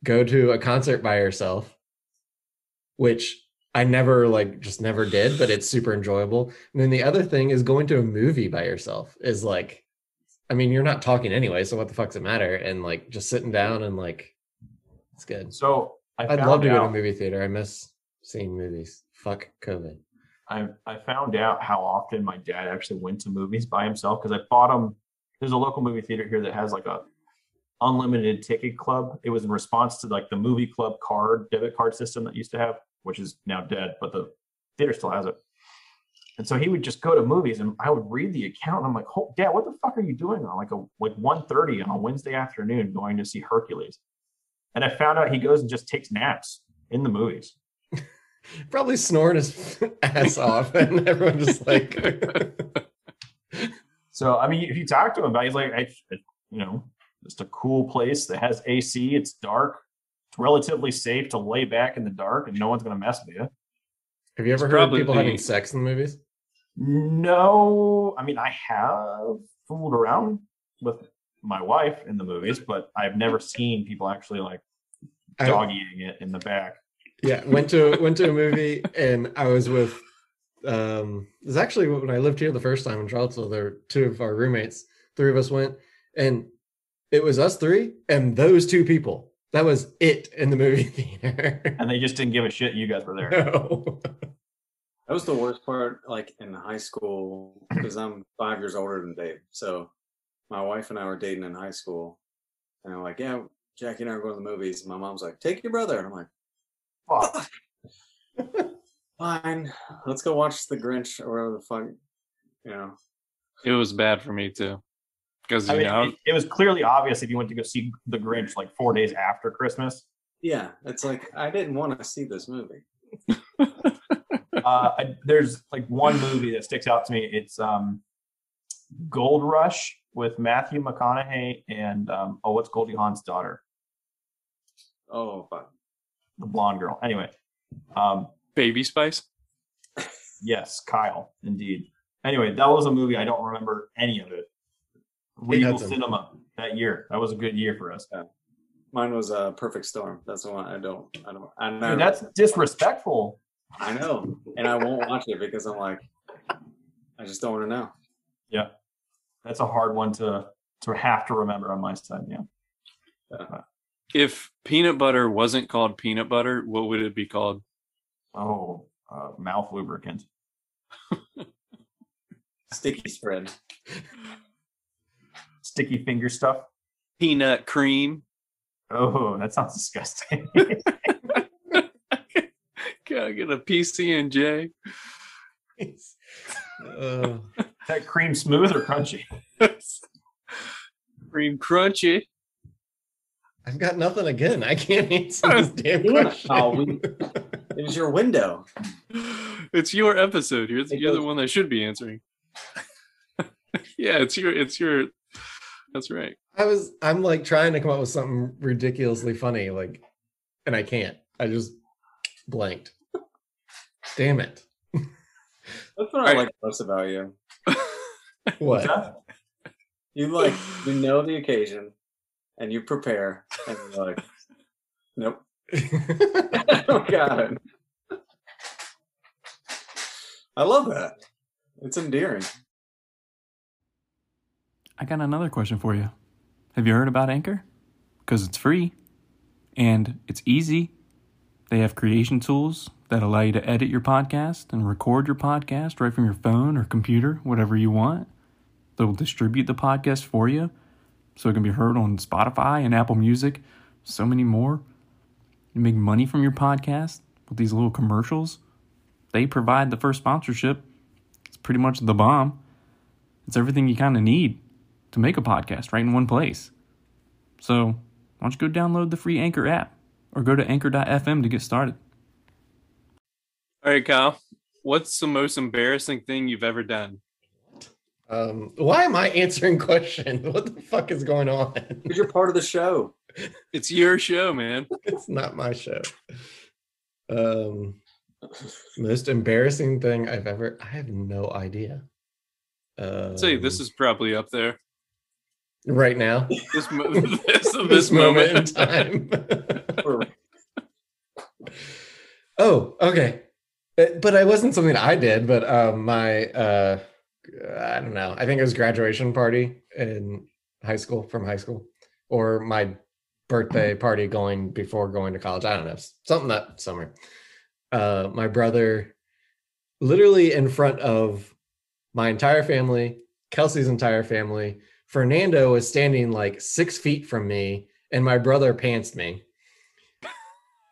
go to a concert by yourself, which I never like, just never did, but it's super enjoyable. And then the other thing is going to a movie by yourself is like, I mean, you're not talking anyway, so what the fuck's it matter? And like just sitting down and like, it's good. So I I'd found love to go to a out, movie theater. I miss seeing movies. Fuck COVID. I, I found out how often my dad actually went to movies by himself because I bought him. There's a local movie theater here that has like a unlimited ticket club. It was in response to like the movie club card debit card system that used to have, which is now dead, but the theater still has it. And so he would just go to movies, and I would read the account, and I'm like, "Oh, Dad, what the fuck are you doing on like a like 1:30 on a Wednesday afternoon going to see Hercules?" And I found out he goes and just takes naps in the movies. probably snoring his ass off, and everyone just like, So I mean, if you talk to him about, it, he's like, I, I- you know, just a cool place that has AC. It's dark. It's relatively safe to lay back in the dark, and no one's gonna mess with you. "Have you ever It's heard of probably people having the- sex in the movies?" No, I mean, I have fooled around with my wife in the movies, but I've never seen people actually like I- dog eating it in the back. yeah, went to went to a movie, and I was with. Um, it was actually when I lived here the first time in Charlottesville. There were two of our roommates. Three of us went, and it was us three and those two people. That was it in the movie theater. And they just didn't give a shit. You guys were there. no. That was the worst part, like in high school, because I'm five years older than Dave. So my wife and I were dating in high school, and I'm like, "Yeah, Jackie and I are going to the movies." And my mom's like, "Take your brother," and I'm like, Fuck. "Fine, let's go watch The Grinch or whatever the fuck." You know, It was bad for me too, because you I mean, know. it, it was clearly obvious if you went to go see The Grinch like four days after Christmas. yeah, it's like I didn't want to see this movie. uh, I, there's like one movie that sticks out to me. It's um, Gold Rush with Matthew McConaughey and um, oh, what's Goldie Hawn's daughter, Oh fuck, the blonde girl. Anyway, um, Baby Spice. yes, Kyle, indeed. Anyway, that was a movie I don't remember any of it. Regal some- Cinema that year. That was a good year for us. mine was a uh, Perfect Storm. That's the one I don't, I don't, I know. Dude, that's disrespectful. I know, and I won't watch it because I'm like, I just don't want to know. That's a hard one to to have to remember on my side. Yeah. If peanut butter wasn't called peanut butter, what would it be called? Oh, uh, mouth lubricant. Sticky spread. Sticky finger stuff. Peanut cream. Oh, that sounds disgusting. Can I get a PC and J? Uh, that cream smooth or crunchy? Cream crunchy. I've got nothing again. I can't answer this damn question. Oh, we, it was your window. It's your episode. You're, the- It you're the goes- one that should be answering. yeah, it's your. It's your. That's right. I was I'm like trying to come up with something ridiculously funny, like and I can't. I just blanked. Damn it. That's what I like most about you. What? Jeff? You like you know the occasion, and you prepare, and you're like, nope, I don't got it. I love that. It's endearing. I got another question for you. Have you heard about Anchor? Because it's free and it's easy. They have creation tools that allow you to edit your podcast and record your podcast right from your phone or computer, whatever you want. They'll distribute the podcast for you so it can be heard on Spotify and Apple Music, so many more. You make money from your podcast with these little commercials. They provide the first sponsorship. It's pretty much the bomb. It's everything you kind of need to make a podcast right in one place. So, why don't you go download the free Anchor app or go to anchor.fm to get started? All right, Kyle. What's the most embarrassing thing you've ever done? Um, why am I answering questions? What the fuck is going on? 'Cause you're part of the show. It's your show, man. it's not my show. Um, most embarrassing thing I've ever. I have no idea. Um, I'd say this is probably up there. right now. This mo- this, this, this moment. moment in time. Or Oh, okay. Uh, But but it wasn't something I did, but um, my uh, I don't know. I think it was graduation party in high school from high school, or my birthday party going before going to college. I don't know something that summer. Uh, my brother, literally in front of my entire family, Kelsey's entire family. Fernando was standing like six feet from me, and my brother pantsed me.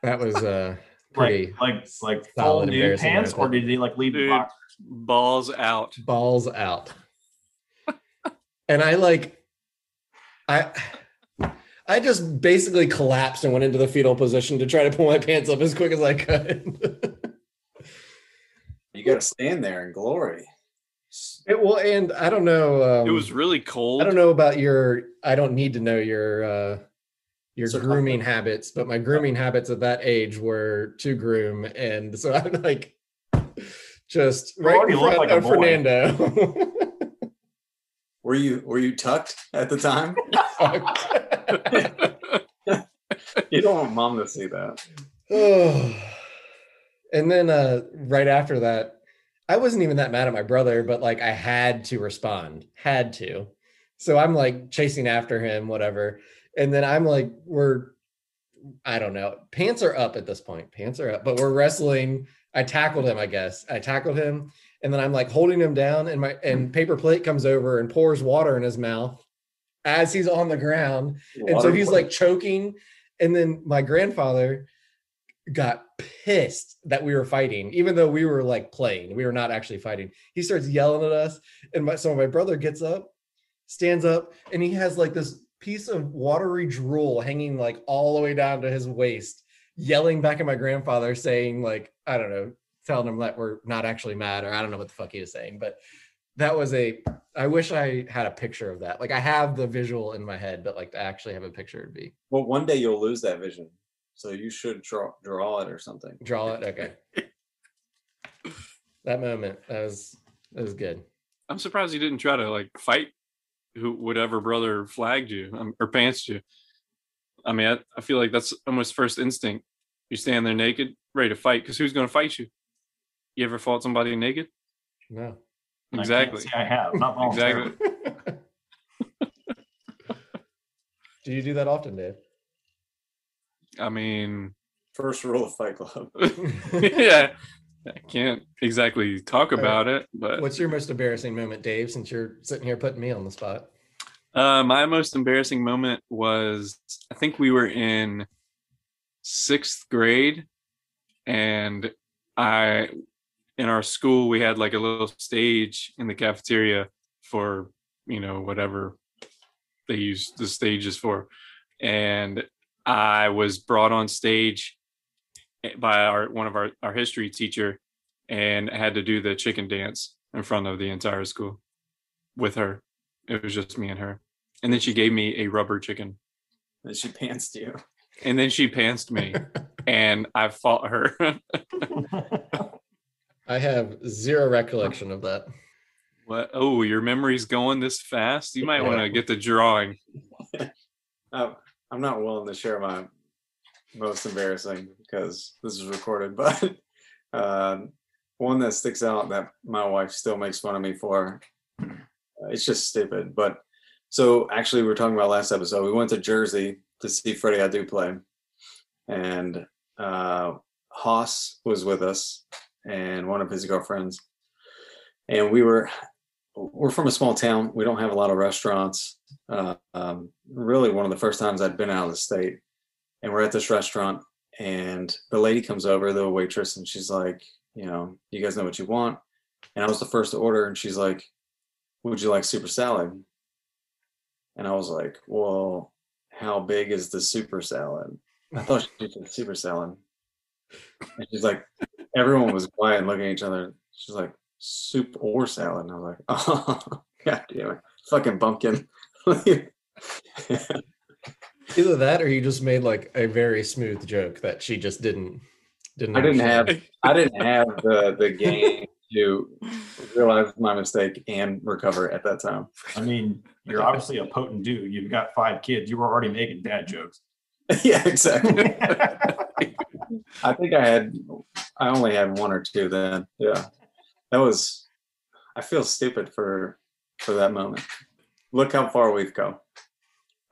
That was uh pretty Like, like, like full solid nude embarrassing pants, or moment. did he like leave the Dude. box? Balls out. balls out. and I like I I just basically collapsed and went into the fetal position to try to pull my pants up as quick as I could. You got to stand there in glory. it, well, and I don't know. Um, It was really cold. I don't know about your. I don't need to know your uh, your Circumference. grooming habits, but Oh. my grooming habits at that age were to groom, and so I'm like just You right already in look front like a of boy. Fernando. Were you were you tucked at the time? you don't want mom to see that. Oh. and then uh right after that i wasn't even that mad at my brother but like i had to respond had to so i'm like chasing after him whatever and then i'm like we're i don't know pants are up at this point pants are up but we're wrestling i tackled him i guess i tackled him and then i'm like holding him down and my and paper plate comes over and pours water in his mouth as he's on the ground and so Water he's play. like choking. And then my grandfather got pissed that we were fighting, even though we were like playing. We were not actually fighting. He starts yelling at us. And my, so my brother gets up, stands up, and he has like this piece of watery drool hanging like all the way down to his waist, yelling back at my grandfather, saying, like, I don't know, telling him that we're not actually mad, or I don't know what the fuck he was saying. But that was a I wish I had a picture of that. Like I have the visual in my head, but like to actually have a picture would be Well, one day you'll lose that vision, so you should draw draw it or something. draw it. Okay. that moment. That was that was good. I'm surprised you didn't try to like fight who whatever brother flagged you um, or pantsed you. I mean, I, I feel like that's almost first instinct. You stand there naked, ready to fight, because who's going to fight you? You ever fought somebody naked? No. And I can't Exactly. say I have. Not voluntarily. Exactly. do you do that often, Dave? I mean, First rule of Fight Club. yeah, I can't exactly talk about it, but What's your most embarrassing moment, Dave, since you're sitting here putting me on the spot? Uh, my most embarrassing moment was I think we were in sixth grade, and I in our school we had like a little stage in the cafeteria for you know whatever they use the stages for and i was brought on stage by our one of our, our history teacher and I had to do the chicken dance in front of the entire school with her it was just me and her and then she gave me a rubber chicken And she pantsed you. and then she pantsed me and i fought her I have zero recollection of that. what oh your memory's going this fast you might want to get the drawing Uh, I'm not willing to share my most embarrassing because this is recorded, but um, one that sticks out that my wife still makes fun of me for. uh, It's just stupid. But so actually, we were talking about last episode. We went to Jersey to see Freddie Adu play, and uh, Haas was with us and one of his girlfriends, and we were. We're from a small town. We don't have a lot of restaurants uh, um, really one of the first times I'd been out of the state. And we're at this restaurant, and the lady comes over, the waitress, and she's like, you know, you guys know what you want. And I was the first to order, and she's like, would you like super salad? And I was like, well, how big is the super salad? I thought she said super salad. And she's like, everyone was quiet and looking at each other. She's like, soup or salad? And I was like, oh, god damn it, fucking pumpkin. Either that, or you just made like a very smooth joke that she just didn't didn't. I didn't understand. have I didn't have the the game to realize my mistake and recover at that time. I mean, you're obviously a potent dude. You've got five kids. You were already making dad jokes. yeah, exactly. I think I had I only had one or two then. Yeah. That was I feel stupid for for that moment. Look how far we've come.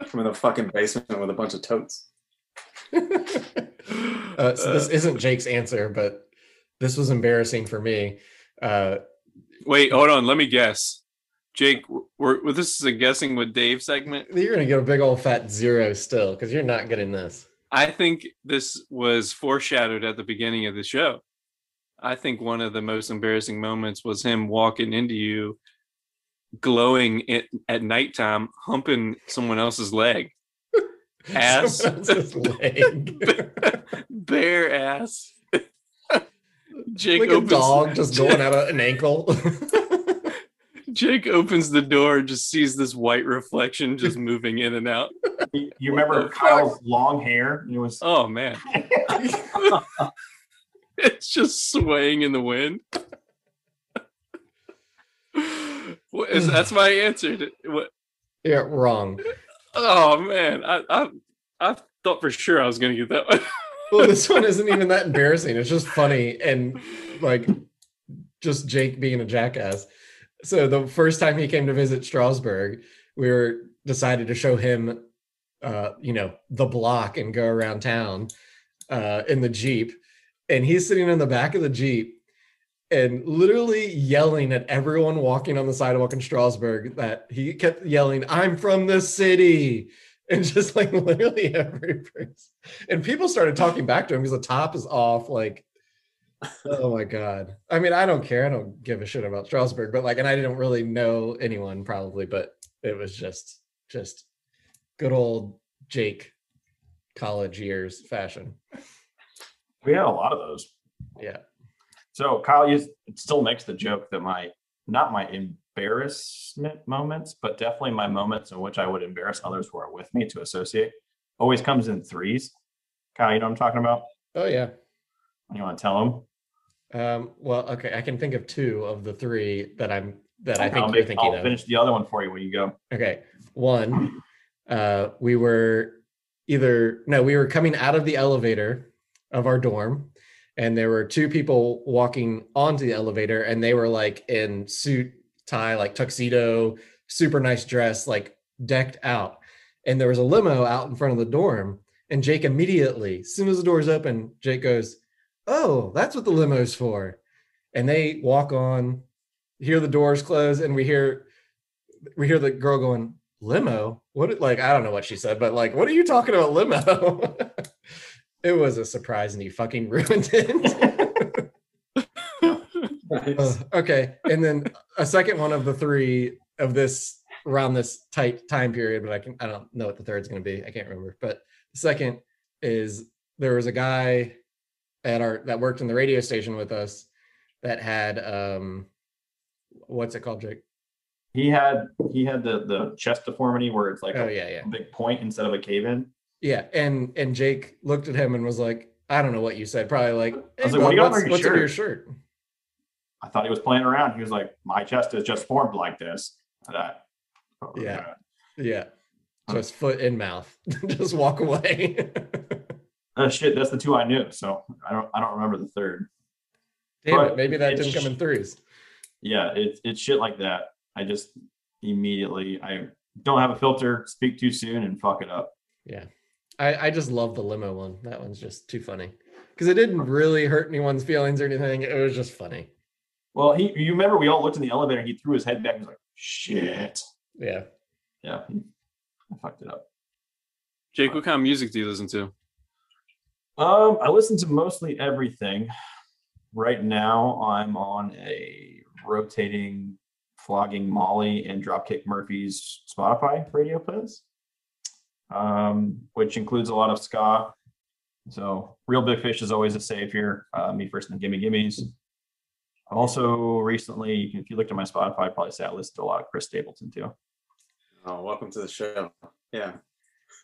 From the fucking basement with a bunch of totes. uh, so this isn't Jake's answer, but this was embarrassing for me. Uh, Wait, hold on. Let me guess. Jake, we're, we're, this is a guessing with Dave segment. you're gonna get a big old fat zero still because you're not getting this. I think this was foreshadowed at the beginning of the show. I think one of the most embarrassing moments was him walking into you, glowing at, at nighttime, humping someone else's leg, Ass. Someone else's leg. bare ass. Jake like a opens dog just going out of an ankle. Jake opens the door, and just sees this white reflection just moving in and out. You you remember Kyle's long hair? And It was Oh man. it's just swaying in the wind. What is- that's my answer. To, what, yeah, wrong. oh man, I, I I thought for sure I was gonna get that one. Well, this one isn't even that embarrassing. It's just funny and like just Jake being a jackass. So the first time he came to visit Strasbourg, we were decided to show him, uh, you know, the block and go around town uh, in the jeep, and he's sitting in the back of the jeep and literally yelling at everyone walking on the sidewalk in Strasbourg that he kept yelling, "I'm from the city." And just like literally every person, and people started talking back to him because the top is off. Like, oh my god! I mean, I don't care. I don't give a shit about Strasbourg, but like, and I didn't really know anyone probably, but it was just just good old Jake college years fashion. we had a lot of those. Yeah. So Kyle used, still makes the joke that my not my embarrassment moments, but definitely my moments in which I would embarrass others who are with me to associate always comes in threes. Kyle, you know what I'm talking about? Oh yeah. You want to tell him? Um, well, okay. I can think of two of the three that I'm that I think I'll, you're make- thinking I'll of. finish the other one for you when you go. Okay. One, uh, we were either, no, we were coming out of the elevator of our dorm, and there were two people walking onto the elevator, and they were like in suit, tie, like tuxedo, super nice dress, like decked out. And there was a limo out in front of the dorm. And Jake immediately, as soon as the doors open, Jake goes, Oh, that's what the limo's for. And they walk on, hear the doors close, and we hear we hear the girl going limo what like i don't know what she said but like what are you talking about limo it was a surprise and he fucking ruined it Nice. Ugh, okay. And then a second one of the three of this around this tight time period, but I can I don't know what the third's gonna be. I can't remember. But the second is there was a guy at our that worked in the radio station with us that had um what's it called, Jake? He had he had the the chest deformity where it's like Oh a yeah, yeah. big point instead of a cave in. Yeah. And and Jake looked at him and was like, I don't know what you said. Probably like, I was "Hey, like, what do you bud, got on what's, your what's up shirt?" your shirt? I thought he was playing around. He was like, "My chest is just formed like this." And I- Yeah. Yeah. Huh. Just foot in mouth. Just walk away. Oh shit, that's the two I knew. So I don't I don't remember the third. Damn But it, maybe that it's- didn't come in threes. Yeah, it's it's shit like that. I just immediately I don't have a filter, speak too soon, and fuck it up. I, I just love the limo one. That one's just too funny. Because it didn't really hurt anyone's feelings or anything. It was just funny. Well, he you remember we all looked in the elevator. He threw his head back. He was like, "Shit." Yeah. Yeah, he- I fucked it up. Jake, what kind of music do you listen to? Um, I listen to mostly everything. Right now, I'm on a rotating flogging Molly and Dropkick Murphys Spotify radio playlist, um, which includes a lot of ska. So, Real Big Fish is always a save here. Uh, me first and the Gimme Gimmes. I've also recently, if you looked at my Spotify, probably say I listened to a lot of Chris Stapleton too. Oh, welcome to the show. Yeah.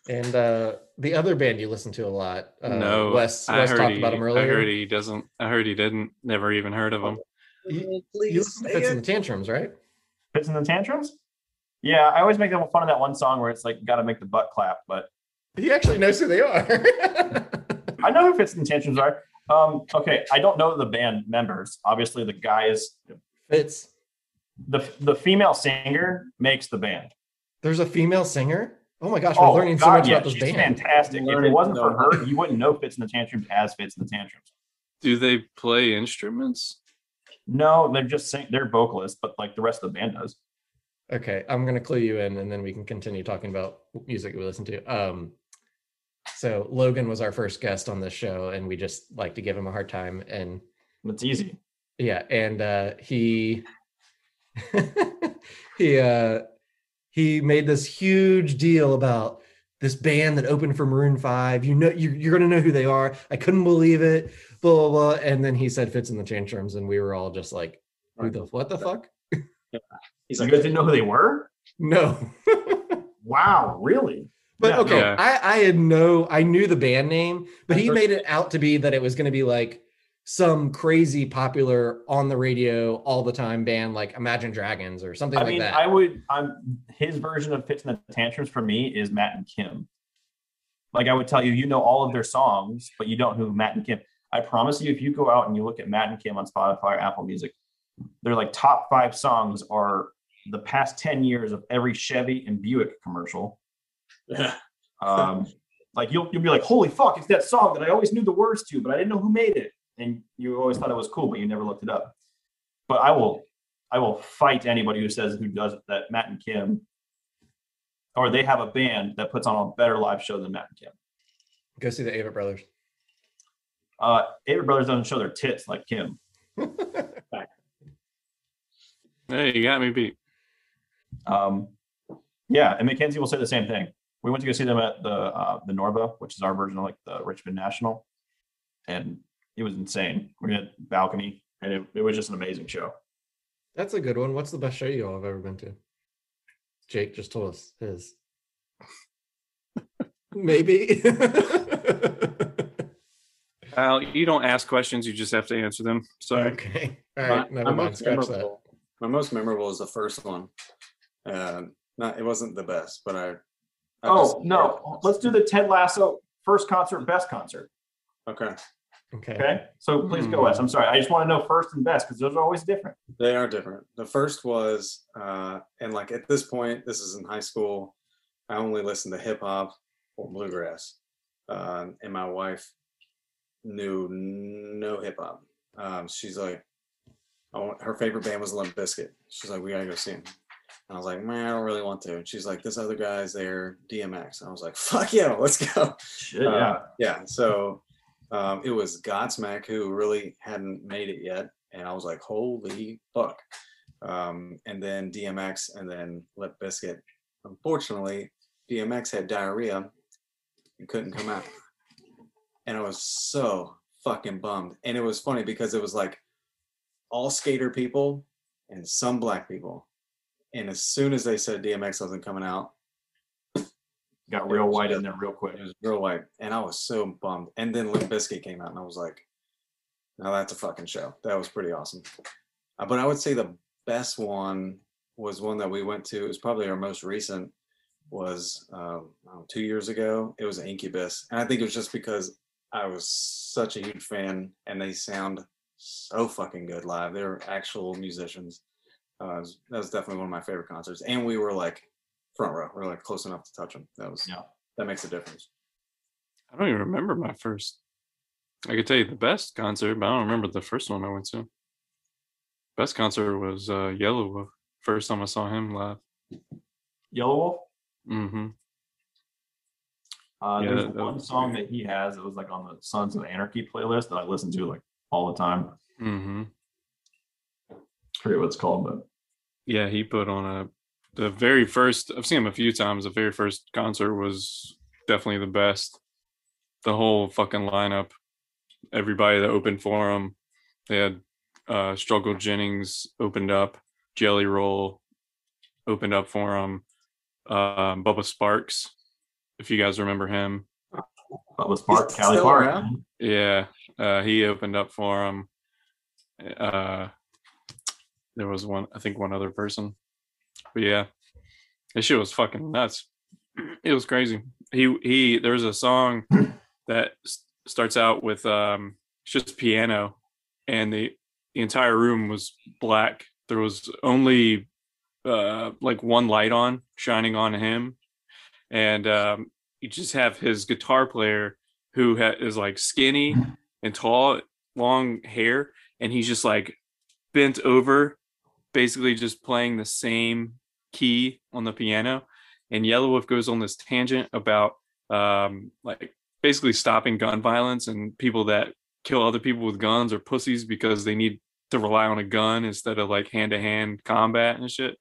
And uh the other band you listen to a lot. Uh, no, Wes, I Wes heard talked he, about I him heard earlier. Oh, he doesn't. I heard he didn't. Never even heard of him. You, you listen to Fits in the Tantrums, right? Fits in the Tantrums? Yeah, I always make fun of that one song where it's like, got to make the butt clap, but He actually knows who they are. I know who Fitz and Tantrums are. Um, okay, I don't know the band members. Obviously, the guys, Fitz. the the female singer makes the band. There's a female singer. Oh my gosh, we're learning so much about this she's band. fantastic. If it Learning wasn't for so her, you wouldn't know Fitz and the Tantrums as Fitz and the Tantrums. Do they play instruments? No, they're just sing- they're vocalists, but like the rest of the band does. Okay, I'm gonna clue you in, and then we can continue talking about music we listen to. Um, so Logan was our first guest on this show, and we just like to give him a hard time. And It's easy. yeah, and uh, he he uh, he made this huge deal about this band that opened for Maroon Five. You know, you, you're gonna know who they are. I couldn't believe it. Blah blah blah. And then he said "Fits in the Tantrums," and we were all just like, "Who the what the fuck?" He's You like, guys didn't know who they were? No. Wow, really? But Yeah, okay, yeah. I I had no I knew the band name, but At he first- made it out to be that it was going to be like some crazy popular on the radio all the time band like Imagine Dragons or something I like mean, that. I would. I'm his version of Fits and the Tantrums for me is Matt and Kim. Like I would tell you, you know all of their songs, but you don't know who Matt and Kim. I promise you, if you go out and you look at Matt and Kim on Spotify or Apple Music, their like top five songs are the past ten years of every Chevy and Buick commercial. yeah. Um, like you'll you'll be like, holy fuck, it's that song that I always knew the words to, but I didn't know who made it, and you always thought it was cool, but you never looked it up. But I will, I will fight anybody who says who does that Matt and Kim, or they have a band that puts on a better live show than Matt and Kim. Go see the Avett Brothers. Uh, Avery Brothers doesn't show their tits like Kim. Hey, you got me beat. Um, yeah, and Mackenzie will say the same thing. We went to go see them at the uh, the Norba, which is our version of like the Richmond National, and it was insane. We had balcony, and it, it was just an amazing show. That's a good one. What's the best show you all have ever been to? Jake just told us his. Maybe. Al, you don't ask questions; you just have to answer them. Sorry. okay. All right. Never mind. Scratch that. memorable, my most memorable is the first one. Uh, not it wasn't the best, but I. I Oh just- no, let's do the Ted Lasso first concert, best concert. Okay, Okay. Okay, so please go Wes. I'm sorry, I just want to know first and best because those are always different. they are different. The first was, uh, and like at this point, this is in high school. I only listened to hip hop or bluegrass, uh, and my wife knew no hip hop. Um, she's like, I want, her favorite band was Limp Bizkit. She's like, we gotta go see him. And I was like, man, I don't really want to. And she's like, this other guy's there, DMX. And I was like, fuck yeah, let's go. Shit, Uh, yeah. So um, it was Godsmack who really hadn't made it yet, and I was like, holy fuck. Um, and then DMX and then Lip Biscuit. Unfortunately, DMX had diarrhea and couldn't come out. And I was so fucking bummed. And it was funny because it was like all skater people and some black people. And as soon as they said DMX wasn't coming out, Got real white in there real quick. it was real white. And I was so bummed. And then Limp Bizkit came out and I was like, now that's a fucking show. That was pretty awesome. Uh, but I would say the best one was one that we went to. It was probably our most recent was um, I don't know, two years ago. It was Incubus. And I think it was just because I was such a huge fan and they sound so fucking good live. They're actual musicians. Uh, it was- that was definitely one of my favorite concerts. And we were like front row. We were like close enough to touch them. That was, Yeah. that makes a difference. I don't even remember my first. I could tell you the best concert, but I don't remember the first one I went to. Best concert was uh, Yellow Wolf. First time I saw him live. Yellow Wolf. Mm-hmm. Uh, Yeah, there's that- that one was song great. that he has. It was like on the Sons of Anarchy playlist that I listen to like all the time. Mm-hmm. I forget what it's called, but Yeah, he put on a. The very first, I've seen him a few times. The very first concert was definitely the best. The whole fucking lineup, everybody that opened for him. They had uh, Struggle Jennings opened up, Jelly Roll opened up for him, um, Bubba Sparks, if you guys remember him. Bubba Spark, He's Cali still Park. around? man. Yeah, uh, he opened up for him. Uh, there was one, I think, one other person. But yeah, this shit was fucking nuts. It was crazy. He he. There was a song that s- starts out with um, it's just piano, and the the entire room was black. There was only uh, like one light on shining on him, and um, you just have his guitar player who ha- is like skinny and tall, long hair, and he's just like bent over, basically just playing the same key on the piano. And Yellow Wolf goes on this tangent about um, like basically stopping gun violence and people that kill other people with guns are pussies because they need to rely on a gun instead of like hand to hand combat and shit.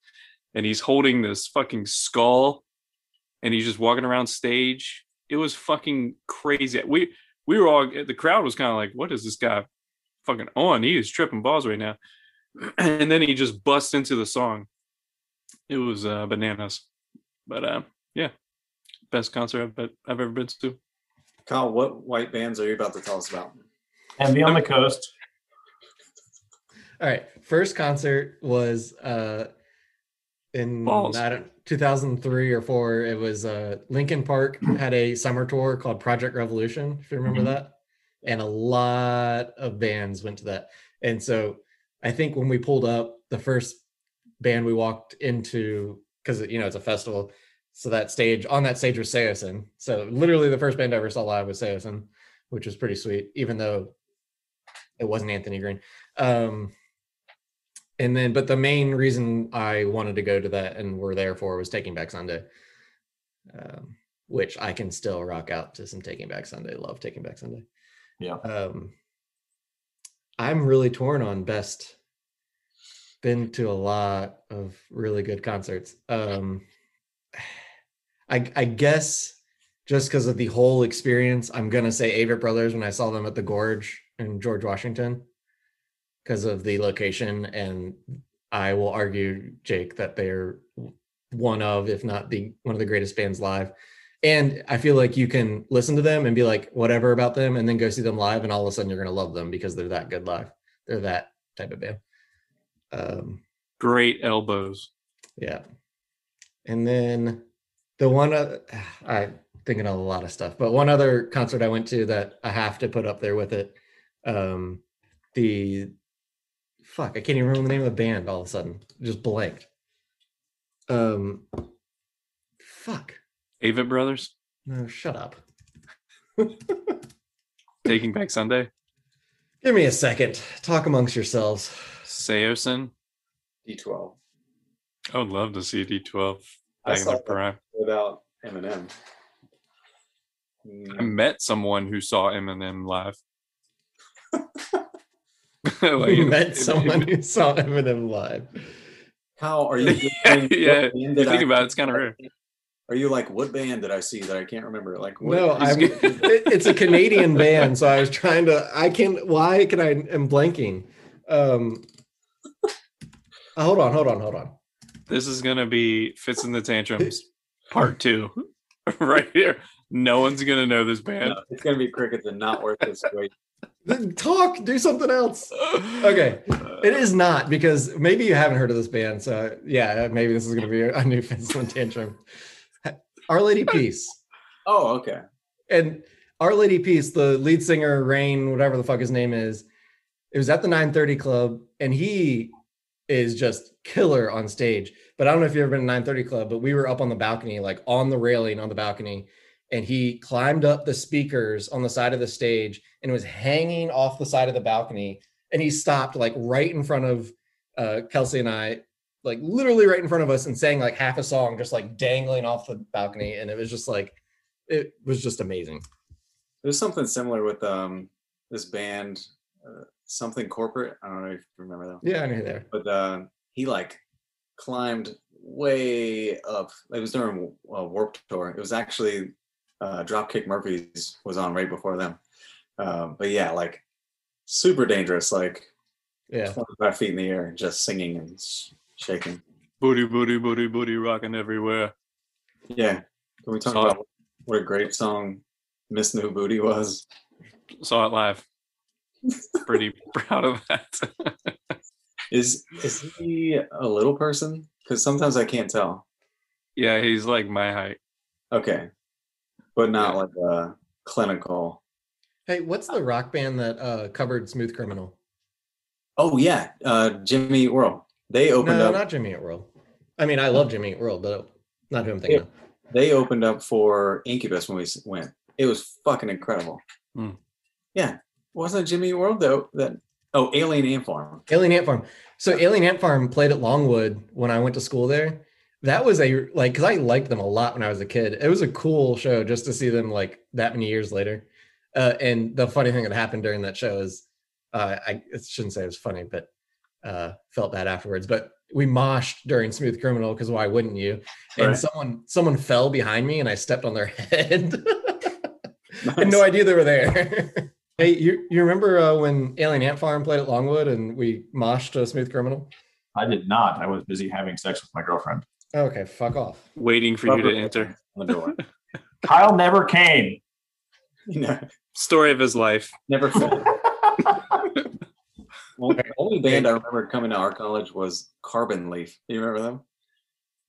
And he's holding this fucking skull and he's just walking around stage. It was fucking crazy. We we were all the crowd was kind of like, what is this guy fucking on? He is tripping balls right now. And then he just busts into the song. It was uh, bananas. But uh, yeah, best concert I've, been, I've ever been to. Kyle, what white bands are you about to tell us about? And Beyond the Coast. All right. First concert was uh in Balls. I don't, 2003 or 4. It was uh Lincoln Park had a summer tour called Project Revolution, if you remember Mhm. that. And a lot of bands went to that. And so I think when we pulled up, the first band we walked into cuz you know it's a festival, so that stage on that stage was Seosin. So literally the first band I ever saw live was Seosin, which was pretty sweet even though it wasn't Anthony Green. Um, and then, but the main reason I wanted to go to that and were there for was Taking Back Sunday, um, which I can still rock out to some Taking Back Sunday. Love Taking Back Sunday. Yeah. Um, I'm really torn on best. Been to a lot of really good concerts. Um, I, I guess just because of the whole experience, I'm gonna say Avett Brothers when I saw them at the Gorge in George Washington, because of the location, and I will argue, Jake, that they're one of, if not the one of the greatest bands live. And I feel like you can listen to them and be like whatever about them, and then go see them live, and all of a sudden you're gonna love them because they're that good live. They're that type of band. Um, Great elbows. yeah. And then the one oth- I'm thinking of a lot of stuff, but one other concert I went to that I have to put up there with it. Um the fuck, I can't even remember the name of the band all of a sudden. Just blanked. Um fuck. Avett Brothers, No, shut up. Taking Back Sunday, Give me a second. Talk amongst yourselves. Seosin. D12. I would love to see D12 I back in saw their them prime. without Eminem. Hmm. I Mm, met someone who saw Eminem live. like, we it- met it- someone it- who saw Eminem live. How are you? just Yeah, saying, yeah. what band you did think I- about it, it's kind of rare. Are you like what band did I see that I can't remember? Like what, No, I'm, it, it's a Canadian band, so I was trying to. I can. Why can I? I'm blanking. Um, uh, hold on, hold on, hold on. This is gonna be fits in the tantrums part two, right here. No one's gonna know this band. No, it's gonna be crickets and not worth this wait. Then Talk. Do something else. Okay, it is not because maybe you haven't heard of this band. So yeah, maybe this is gonna be a new Finland tantrum. Our Lady Peace. Oh, okay. and Our Lady Peace, the lead singer Rain, whatever the fuck his name is, it was at the 930 Club, and he is just killer on stage. But I don't know if you've ever been to 930 Club, but we were up on the balcony, like on the railing on the balcony, and he climbed up the speakers on the side of the stage and was hanging off the side of the balcony, and he stopped like right in front of uh, Kelsey and I. Like literally right in front of us, and sang like half a song, just like dangling off the balcony, and it was just like it was just amazing. There's something similar with um this band, uh, something corporate. I don't know if you remember them, Yeah, I knew there. but uh, he like climbed way up. It was during uh, Warp Tour. It was actually uh, Dropkick Murphys was on right before them. Uh, but yeah, like super dangerous, like Yeah. 25 feet in the air, just singing and sh- shaking. Booty, booty, booty, booty, rocking everywhere. Yeah. Can we talk Solid. about what a great song Miss New Booty was? Saw it live. Pretty proud of that. Is is he a little person? Because sometimes I can't tell. yeah, he's like my height. Okay. But not like a clinical. Hey, what's the rock band that uh covered Smooth Criminal? Oh yeah. Uh Jimmy Eat World. They opened no, up not Jimmy Eat World. I mean, I love Jimmy Eat World, but not who I'm thinking of. they opened up for Incubus when we s- went. It was fucking incredible. Hmm. Yeah. Wasn't it Jimmy Eat World though that oh Alien Ant Farm. Alien Ant Farm. So Alien Ant Farm played at Longwood when I went to school there. That was a like because I liked them a lot when I was a kid. It was a cool show just to see them like that many years later. Uh, and the funny thing that happened during that show is, uh, I I shouldn't say it was funny, but uh, felt bad afterwards. But we moshed during Smooth Criminal because why wouldn't you? And Right. someone someone fell behind me and I stepped on their head. I had Nice. no idea they were there. hey, you you remember uh, when Alien Ant Farm played at Longwood and we moshed a Smooth Criminal? I did not. I was busy having sex with my girlfriend. Okay, fuck off. waiting for you to enter. On the door. Kyle never came. you know, Story of his life. never failed. Well, the only band I remember coming to our college was Carbon Leaf. Do you remember them?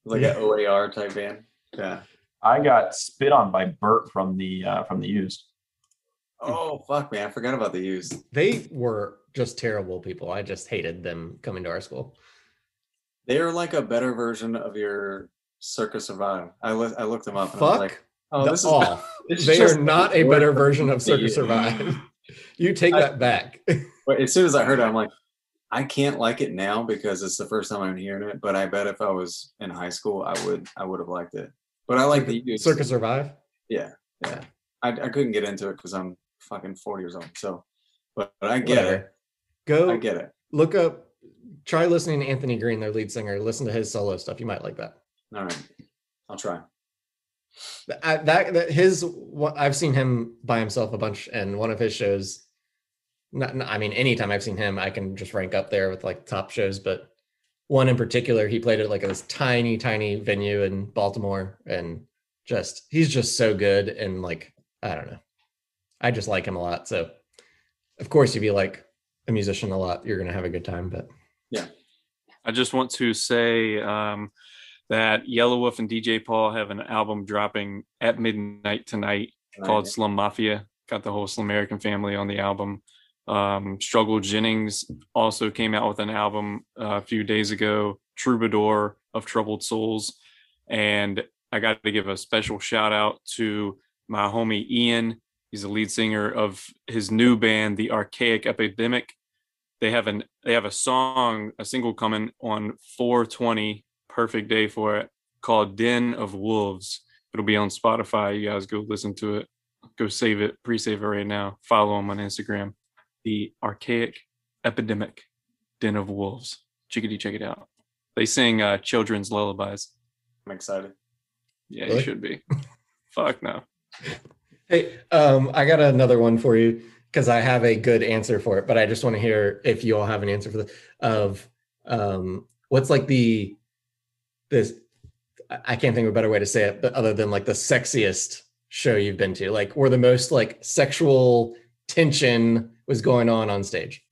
It was like an OAR type band. Yeah. I got spit on by Bert from the uh, from the used. Oh fuck, man! I forgot about the used. They were just terrible people. I just hated them coming to our school. They are like a better version of your Circus Survive. I li- I looked them up. And I was fuck like, oh, the this is off. this is they just are not a worse better than version of the Circus used. Survive. you take I- that back. But as soon as I heard it, I'm like, I can't like it now because it's the first time I'm hearing it. But I bet if I was in high school, I would I would have liked it. But I like the used. Circus Survive. I, I couldn't get into it because I'm fucking 40 years old. So, but, but I get it. Whatever. Go I get it. look up. Try listening to Anthony Green, their lead singer. Listen to his solo stuff. You might like that. All right. I'll try. Th- I, that, that his what I've seen him by himself a bunch, and one of his shows. Not, not- I mean, anytime I've seen him, I can just rank up there with like top shows. But one in particular, he played at like this tiny, tiny venue in Baltimore, and just he's just so good. And like, I don't know, I just like him a lot. So, of course, if you like a musician a lot, you're gonna have a good time. But I just want to say um, that Yellow Wolf and DJ Paul have an album dropping at midnight tonight And I- called Slum Mafia. Got the whole Slum American family on the album. Um, Struggle Jennings also came out with an album uh, a few days ago, Troubadour of Troubled Souls. And I got to give a special shout out to my homie Ian. He's the lead singer of his new band, The Archaic Epidemic. They have an they have a song, a single coming on 420, perfect day for it, called Den of Wolves. It'll be on Spotify. You guys go listen to it. Go save it, pre-save it right now. Follow them on Instagram. The Archaic Epidemic, Den of Wolves. Chickadee, check it out. They sing uh, children's lullabies. I'm excited. Yeah, Really? you should be. Fuck no. Hey, um, I got another one for you because I have a good answer for it, but I just want to hear if you all have an answer for the of um, what's like the this I I can't think of a better way to say it, but other than like the sexiest show you've been to, like or the most like sexual tension was going on on stage.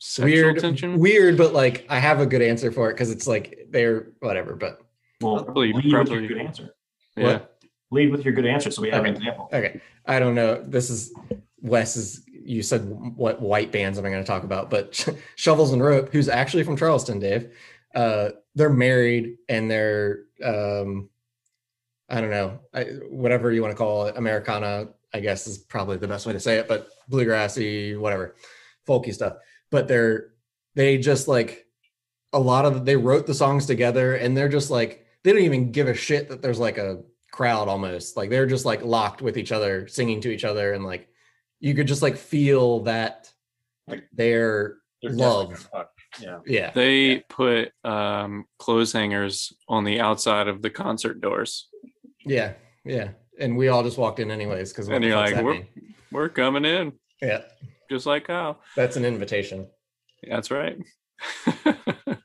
Sexual weird, tension. weird, but like I have a good answer for it because it's like they're whatever. But Well, Probably- lead with probably- your good answer. yeah. what? Lead with your good answer. So we have an Okay. example. Okay, I don't know. This is Wes's. You said what white bands am I going to talk about? But Shovels and Rope, who's actually from Charleston, Dave. Uh, they're married and they're um, I don't know, I, whatever you want to call it, Americana. I guess is probably the best way to say it, but bluegrassy, whatever, folky stuff. But they're they just like a lot of they wrote the songs together and they're just like they don't even give a shit that there's like a crowd almost like they're just like locked with each other singing to each other and like you could just like feel that Like- they're They're definitely gonna Love. fuck. Yeah. yeah They put um, clothes hangers on the outside of the concert doors. yeah yeah and we all just walked in anyways because And you're like, "We're- We're coming in yeah just like Kyle. that's an invitation That's right.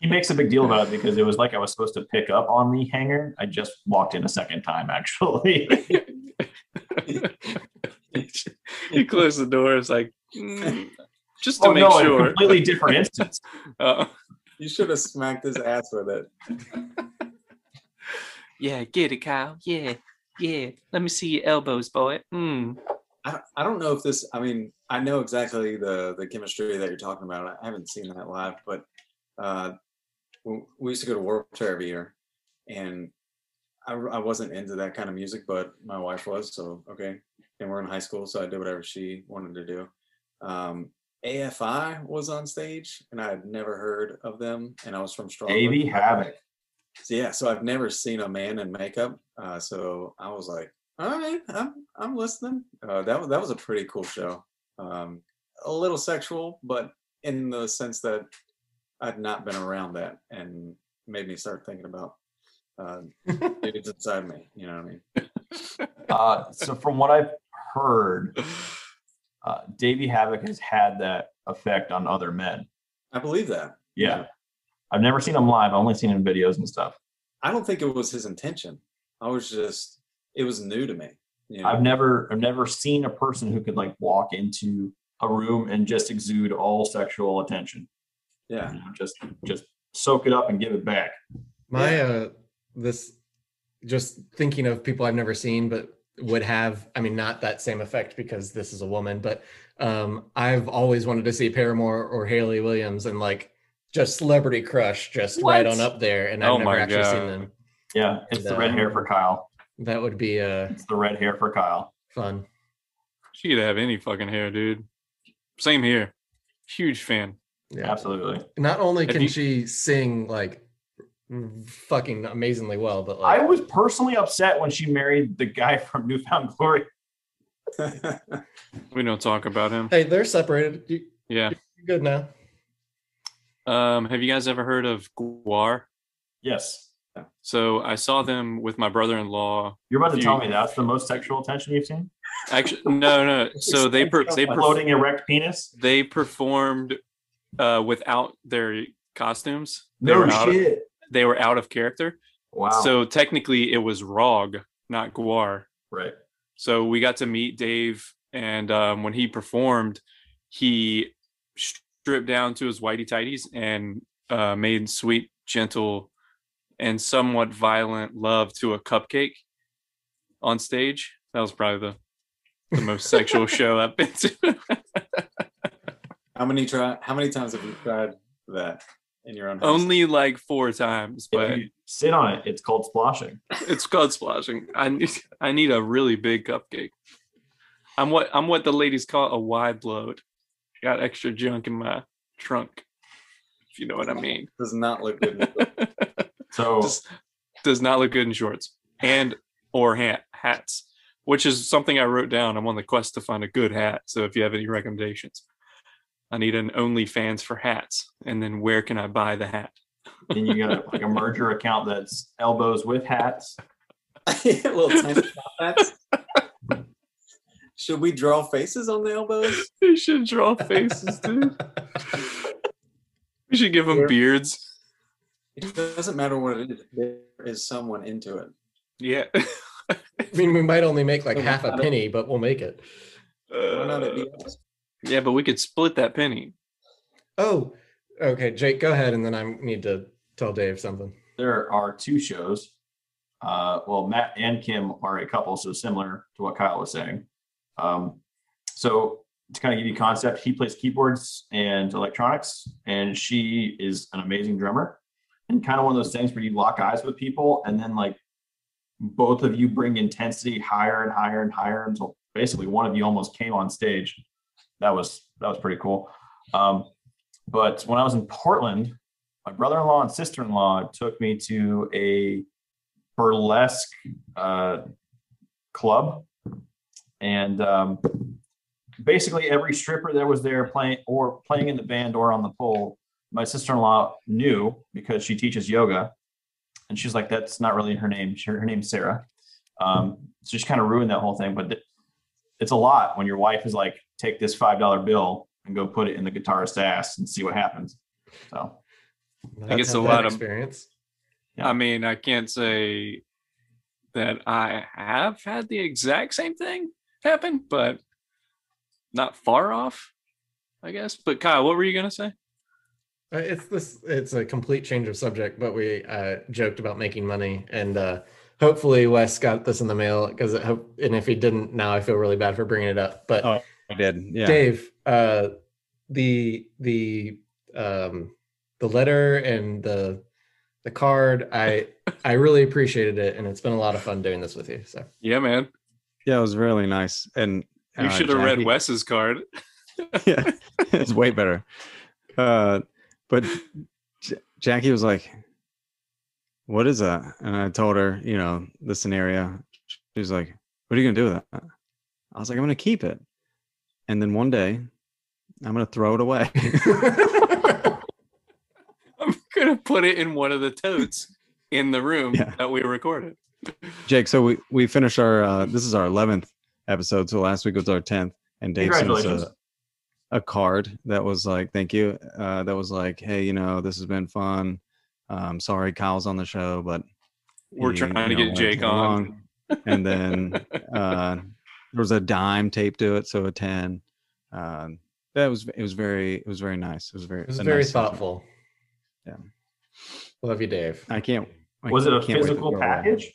He makes a big deal about it because it was like I was supposed to pick up on the hanger. I just walked in a second time, actually. you close the door. It's like mm, just to oh, make no, a sure. completely different instance. Uh, You should have smacked his ass with it. Yeah, get it, Kyle. Yeah, yeah. Let me see your elbows, boy. Mm. I don't, I don't know if this. I mean, I know exactly the the chemistry that you're talking about. I haven't seen that live, but uh, we, we used to go to Warped Tour every year, and I, I wasn't into that kind of music, but my wife was. So okay, and we're in high school, so I did whatever she wanted to do. Um, AFI was on stage, and I had never heard of them, and I was from Strong. Davey Havoc. So, yeah, so I've never seen a man in makeup. Uh, so I was like, all right, I'm I'm listening. Uh, that was that was a pretty cool show. Um, a little sexual, but in the sense that I'd not been around that, and made me start thinking about uh, dudes inside me. You know what I mean? Uh, so from what I've heard, uh, Davey Havoc has had that effect on other men. I believe that. Yeah. I've never seen him live. I've only seen him in videos and stuff. I don't think it was his intention. I was just, it was new to me. You know? I've never I've never seen a person who could like walk into a room and just exude all sexual attention. yeah. You know, just just soak it up and give it back. my uh this just thinking of people i've never seen but would have i mean not that same effect because this is a woman but um i've always wanted to see paramore or haley williams and like just celebrity crush just right on up there and i've Oh never my actually seen God. them Yeah, it's the red hair for Kyle. that would be uh It's the red hair for Kyle. fun she could have any fucking hair, dude. Same here. Huge fan. yeah Absolutely. not only If can you- she sing like fucking amazingly well but like I was personally upset when she married the guy from Newfound Glory. We don't talk about him. hey they're separated You- Yeah. you're good now Um, have you guys ever heard of Guar? Yes. So I saw them with my brother-in-law. You're about to You- tell me that's the most sexual attention you've seen? Actually, no, no. So they per- they A per- floating erect penis? they performed uh, without their costumes. They No were out of, shit. they were out of character. Wow. So technically, it was Rog, not Guar. right. So we got to meet Dave, and um, when he performed, he stripped down to his whitey tighties and uh, made sweet, gentle, and somewhat violent love to a cupcake on stage. That was probably the, the most sexual show I've been to. How many try? How many times have you tried that in your own house? Only like four times, If but you sit on it, it's called splashing. it's called splashing. I need I need a really big cupcake. I'm what I'm what the ladies call a wide load. Got extra junk in my trunk, if you know what I mean. does not look good. So Just- Does not look good in shorts and or hat hats, which is something I wrote down. I'm on the quest to find a good hat. So if you have any recommendations, I need an OnlyFans for hats. And then where can I buy the hat? Then you got like a merger account that's elbows with hats. little tiny top hats. Should we draw faces on the elbows? They should draw faces, dude. we should give them Sure. beards. It doesn't matter what it is. There is someone into it. Yeah. I mean, we might only make like So half a why not- penny, but we'll make it. Why not it Uh, be us? yeah, but we could split that penny. Oh, okay, Jake, go ahead, and then I need to tell Dave something. There are two shows. Uh, well, Matt and Kim are a couple, so similar to what Kyle was saying. Um, so to kind of give you concept, he plays keyboards and electronics, and she is an amazing drummer. And kind of one of those things where you lock eyes with people, and then like both of you bring intensity higher and higher and higher until basically one of you almost came on stage. That was that was pretty cool. Um, but when I was in Portland, my brother-in-law and sister-in-law took me to a burlesque uh, club, and um, basically every stripper that was there playing or playing in the band or on the pole, my sister-in-law knew because she teaches yoga, and she's like, "That's not really her name. She- Her name's Sarah." Um, so she kind of ruined that whole thing. But th- it's a lot when your wife is like, "Take this five-dollar bill and go put it in the guitarist's ass and see what happens." So. That's it's had a that lot of- experience. Yeah. I mean, I can't say that I have had the exact same thing happen, but not far off, I guess. But Kyle, what were you gonna say? Uh, It's this. It's a complete change of subject, but we uh, joked about making money, and uh, hopefully Wes got this in the mail because. Hope, and if he didn't, now I feel really bad for bringing it up. But Oh, I did. Yeah. Dave, uh, the the um, the letter and the the card, I I really appreciated it, and it's been a lot of fun doing this with you. So Yeah, man. Yeah, it was really nice. And You uh, should have read Jackie- Wes's card. yeah, it's way better. Uh, but J- Jackie was like, "What is that?" And I told her, you know, the scenario. She was like, "What are you gonna do with that?" I was like, "I'm gonna keep it, and then one day, I'm gonna throw it away." I'm gonna put it in one of the totes in the room Yeah. that we recorded. Jake, so we we finished our uh, this is our eleventh episode. So last week was our tenth, and Dave sent us Congratulations. a, a card that was like, "Thank you." Uh, that was like, "Hey, you know, this has been fun. Um, sorry, Kyle's on the show, but We're he, trying to you know, get went Jake too on. long." And then uh, there was a dime taped to it, so a ten. Um, that was it. Was very it was very nice. It was very it was a very nice session. thoughtful. Yeah. love you, Dave. I can't. I was it a can't wait to physical throw away. package?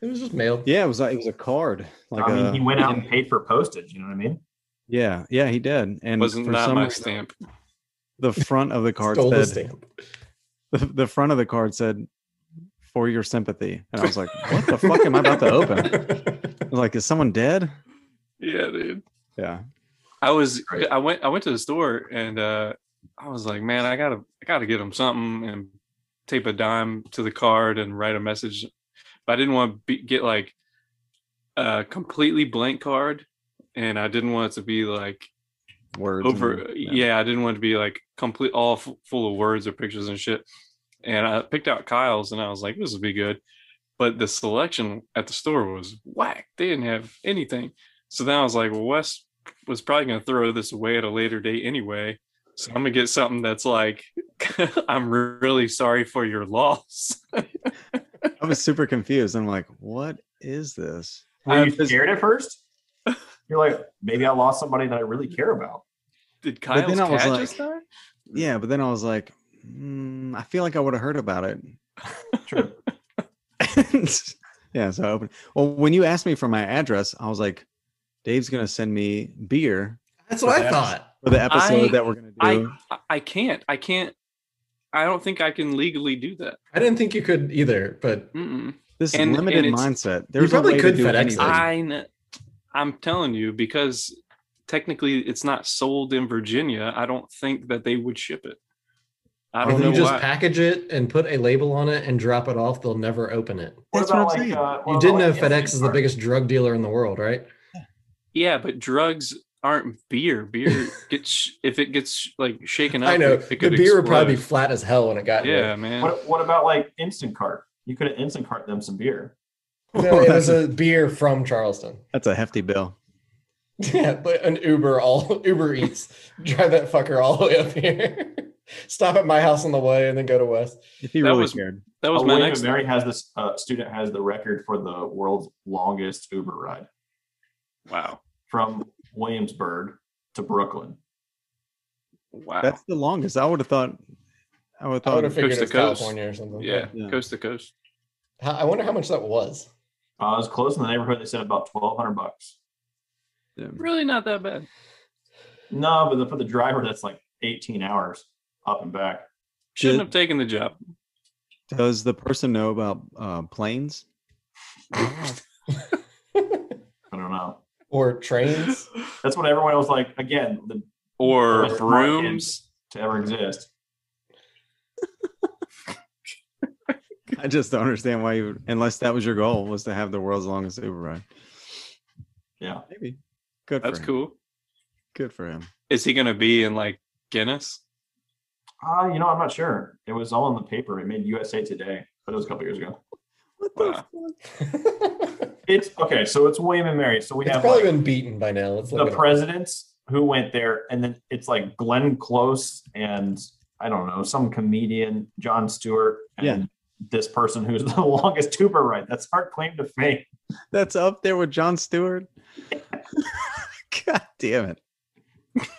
It was just mailed. Yeah, it was. like- It was a card. Like I mean, a- he went out and paid for postage. You know what I mean? Yeah, yeah, he did. And Wasn't for that some my reason, stamp? the front of the card Stole the said stamp. the, the front of the card said for your sympathy. And I was like, what the fuck am I about to open? I was like, is someone dead? Yeah, dude. Yeah. I was Right. I went I went to the store and uh I was like, man, I gotta I gotta get him something and tape a dime to the card and write a message. But I didn't want to be, get like a completely blank card, and I didn't want it to be like Words. over and- yeah. i didn't want it to be like complete all f- full of words or pictures and shit and i picked out kyle's and i was like this would be good but the selection at the store was whack they didn't have anything so then i was like well wes was probably going to throw this away at a later date anyway so i'm going to get something that's like i'm really sorry for your loss I was super confused. I'm like, what is this? Were I you was- scared at first? You're like, maybe I lost somebody that I really care about. did But kyle's then I was cat like- just die? Yeah, but then I was like, mm, I feel like I would have heard about it. True. yeah, so I opened. Well, when you asked me for my address, I was like, Dave's gonna send me beer That's what I That's- thought. for the episode I- that we're gonna do. I, I i can't i can't i don't think i can legally do that I didn't think you could either, but Mm-mm. this and- and limited it's- mindset. There's probably a way could to do FedEx it. anything. I- I, am telling you because technically it's not sold in Virginia. I don't think that they would ship it. I if don't know you just why. package it and put a label on it and drop it off, they'll never open it. What That's what about I'm saying. like, uh, what You about did know like FedEx is the Instacart? biggest drug dealer in the world, right? yeah, but drugs aren't beer. Beer gets if it gets like shaken up. I know it the could beer would probably be explode. flat as hell when it got yeah, man. What, what about like instant cart? You could have instant cart them some beer. here. No, it was a beer from Charleston. That's a hefty bill. Yeah, but an Uber all Uber Eats. Drive that fucker all the way up here. Stop at my house on the way and then go to West. If you That really was- cared. that was Oh, my William next. and Mary has this uh, student has the record for the world's longest Uber ride Wow, from Williamsburg to Brooklyn. wow. That's the longest. I would have thought. I would have I would thought. have figured coast it to was coast. California or something. yeah, Yeah. coast to coast. How- I wonder how much that was. Uh, it was close in the neighborhood. They said about twelve hundred bucks. Really not that bad. No, but the, for the driver, that's like eighteen hours up and back. Shouldn't Did- have taken the job. Does the person know about uh, planes? I don't know. Or trains. That's what everyone was like. Again, the, Or That's my rooms. to ever exist. I just don't understand why you, unless that was your goal, was to have the world's longest Uber ride. Yeah. Maybe. Good. That's for him. cool. Good for him. Is he gonna be in like Guinness? Uh, you know, I'm not sure. It was all in the paper. It made USA Today, but it was a couple years ago. What the Wow. it's It's okay. So it's William and Mary. So we have probably like, been beaten by now. Let's the look at it. presidents who went there, and then it's like Glenn Close and I don't know some comedian John Stewart and Yeah. this person who's the longest tuber ride. That's our claim to fame. That's up there with John Stewart. God damn it. We can't.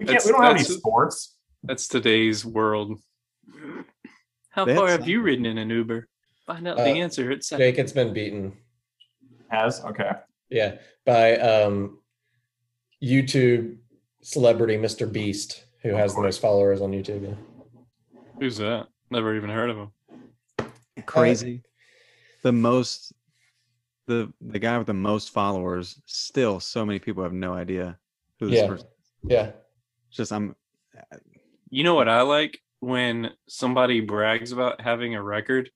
That's- We don't have any that's- sports. That's today's world. How That's far have you ridden in an Uber? Find out Uh, the answer at seven. Jake, it's been beaten. Has okay. Yeah, by um, YouTube celebrity Mr. Beast, who Oh, has the most followers on YouTube. yeah. Who's that? Never even heard of him. Crazy. the most the the guy with the most followers, still so many people have no idea who this Yeah. person Yeah. is. Just I'm You know what I like when somebody brags about having a record,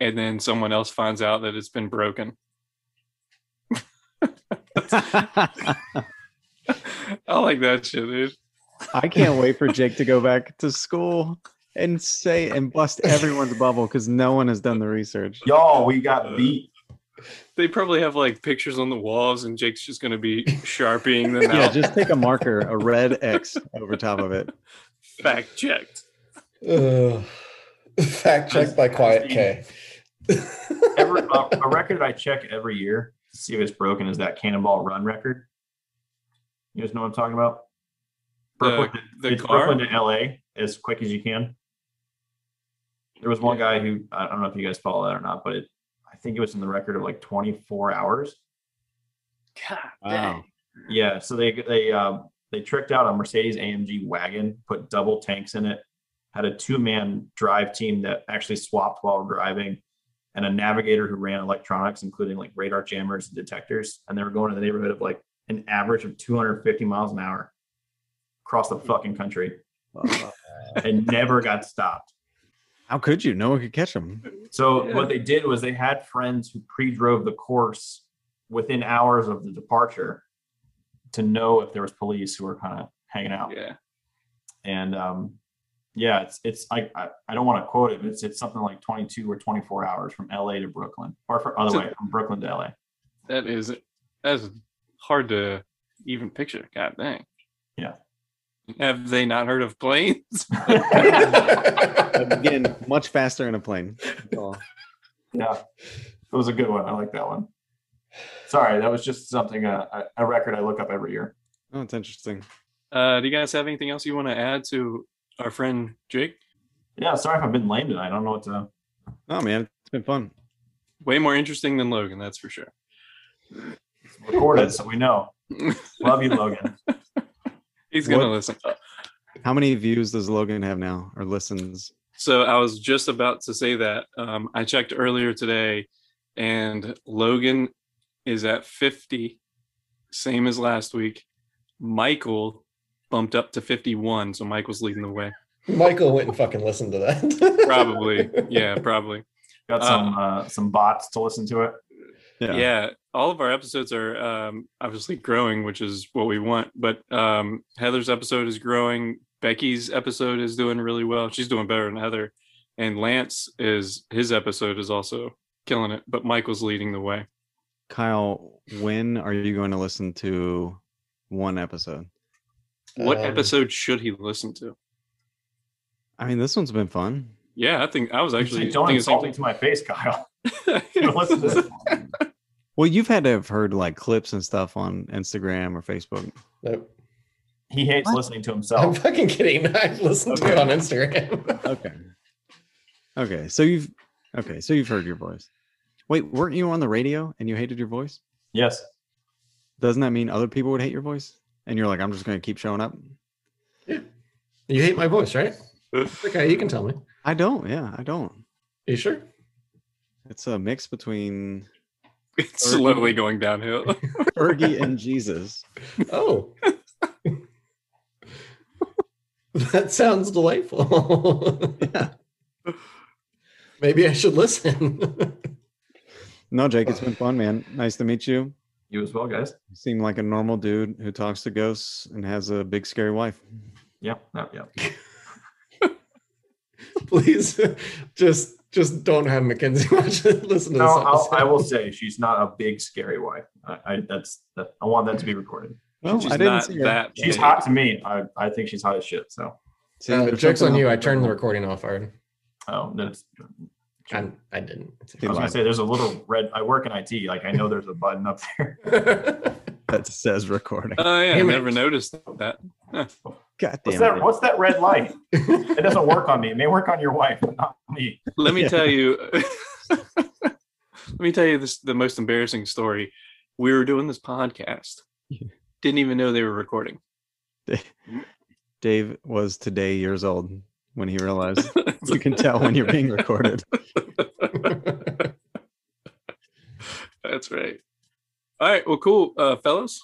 and then someone else finds out that it's been broken. I like that shit, dude. I can't wait for Jake to go back to school and say and bust everyone's bubble because no one has done the research. Y'all, we got beat. They probably have like pictures on the walls, and Jake's just gonna be sharpieing them Yeah, out. just take a marker, a red X over top of it. fact checked. Ugh. fact checked by Quiet K. Every, uh, a record I check every year to see if it's broken is that Cannonball Run record. You guys know what I'm talking about? The, Brooklyn the it's car. Brooklyn to LA as quick as you can. There was one guy who I I don't know if you guys follow that or not, but it, I think it was in the record of like 24 hours. God, Wow. Yeah, so they they um, they tricked out a Mercedes AMG wagon, put double tanks in it, had a two man drive team that actually swapped while driving, and a navigator who ran electronics, including like radar jammers and detectors, and they were going in the neighborhood of like an average of 250 miles an hour across the fucking country. Uh, and never got stopped. How could you? No one could catch him. So Yeah. what they did was they had friends who pre-drove the course within hours of the departure to know if there was police who were kind of hanging out. Yeah. And um, yeah, it's it's I I, I don't want to quote it, but it's it's something like 22 or 24 hours from LA to Brooklyn, or for other So- way from Brooklyn to LA. That is that's hard to even picture. God dang. Yeah. Have they not heard of planes? Again, much faster in a plane. Oh, Yeah, it was a good one. I like that one. Sorry, that was just something uh, a, a record I look up every year. that's Oh, interesting. Uh, do you guys have anything else you want to add to our friend Jake? Yeah, sorry if I've been lame tonight. I don't know what to. Oh man, it's been fun. Way more interesting than Logan, that's for sure. recorded, so we know. Love you, Logan. He's gonna What- listen. How many views does Logan have now or listens? So I was just about to say that. Um, I checked earlier today, and Logan is at 50, same as last week. Michael bumped up to 51, so Michael's leading the way. Michael went and fucking listened to that. Probably, yeah, probably. Got some uh, some bots to listen to it. yeah. all of our episodes are um, obviously growing which is what we want but um, heather's episode is growing becky's episode is doing really well she's doing better than heather and lance is his episode is also killing it but michael's leading the way Kyle, when are you going to listen to one episode? what Uh. Um, episode should he listen to I mean, this one's been fun. yeah i think i was actually Actually, don't thinking the same insult me to my face, Kyle. You know, listen to thing. this. Well, you've had to have heard like clips and stuff on Instagram or Facebook. Nope. He hates listening to I'm himself. fucking kidding. I've listened to it Okay. on Instagram. Okay. Okay. So you've okay, so you've heard your voice. Wait, weren't you on the radio and you hated your voice? Yes. Doesn't that mean other people would hate your voice? And you're like, I'm just gonna keep showing up? you hate my voice, right? Okay, you can tell me. I don't, yeah, I don't. you sure? It's a mix between it's slowly going downhill Fergie and Jesus. Oh. that sounds delightful. Yeah. Maybe I should listen. No, Jake, it's been fun, man. Nice to meet you. You as well, guys. You seem like a normal dude who talks to ghosts and has a big scary wife. Yep. Yep. Yep. Please just just don't have Mackenzie watch listen to No, this. I'll, I episode. will say she's not a big scary wife. I, I that's that, I want that to be recorded. Well, She's I didn't not see her. that She's big. hot to me. I, I think she's hot as shit. So See, Uh, there's joke's on something you. out I there. turned the recording off already. oh, that's, I'm, I didn't. I was gonna say there's a little red. I work in IT. Like I know there's a button up there. that says recording. oh yeah i Damn it. never noticed that God What's damn that? it. What's that red light? It doesn't work on me. It may work on your wife, but not me. Let me Yeah. tell you. let me tell you this: the most embarrassing story. We were doing this podcast. Yeah. Didn't even know they were recording. Dave was today years old when he realized you can tell when you're being recorded. That's right. All right. Well, cool, uh, fellas.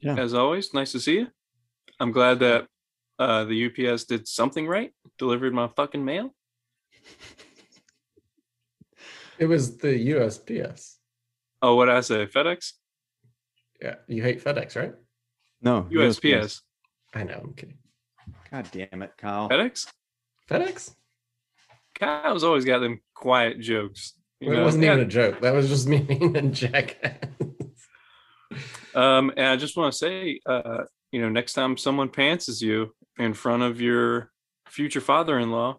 Yeah. As always, nice to see you. I'm glad that uh, the UPS did something right. Delivered my fucking mail. it was the USPS. Oh, what I say? FedEx, Yeah, you hate FedEx, right? No, USPS, I know. I'm kidding. God damn it, Kyle. FedEx. FedEx? Kyle's always got them quiet jokes. you it know? wasn't Yeah, even a joke. That was just me being a jackass. Um, and I just want to say, uh, you know, next time someone pantses you in front of your future father-in-law,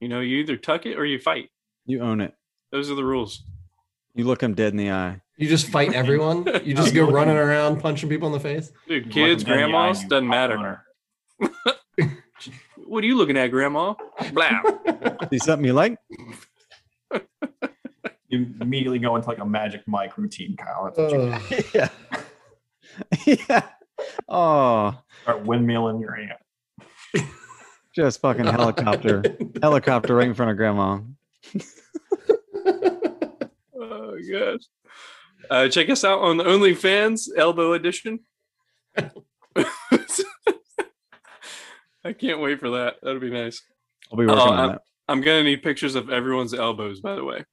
you know, you either tuck it or you fight. You own it. Those are the rules. You look him dead in the eye. You just fight everyone. You just go running around punching people in the face. Dude, kids, Look them dead in the eye grandmas, and you doesn't pop matter. on her. What are you looking at, grandma? Blah. See something you like? You immediately go into like a magic mic routine, Kyle. That's what you Ugh. yeah. yeah. Oh, start windmilling your aunt. just fucking helicopter. helicopter right in front of grandma. oh gosh. Uh, check us out on the OnlyFans Elbow Edition. I can't wait for that. That'll be nice. I'll be working Oh, on that. I'm gonna need pictures of everyone's elbows, by the way.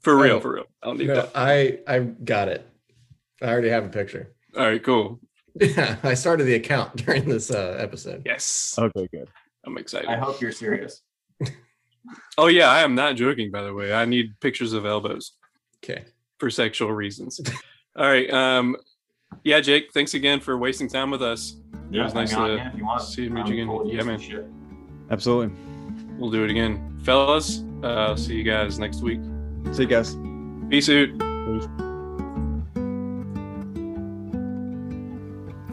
For real, Oh. for real. I'll need No, that. I I got it. I already have a picture. All right, cool. Yeah, I started the account during this uh, episode. Yes. Okay, good. I'm I excited. hope you're serious. Oh yeah, I am not joking. By the way, I need pictures of elbows Okay. for sexual reasons. All right. Um, yeah, Jake. Thanks again for wasting time with us. Yeah, was nice hang on, to yeah, if you want. see you, meet I'm you again. totally Yeah, with man. this shit. Absolutely. We'll do it again, fellas. Uh, see you guys next week. See you guys. Peace out.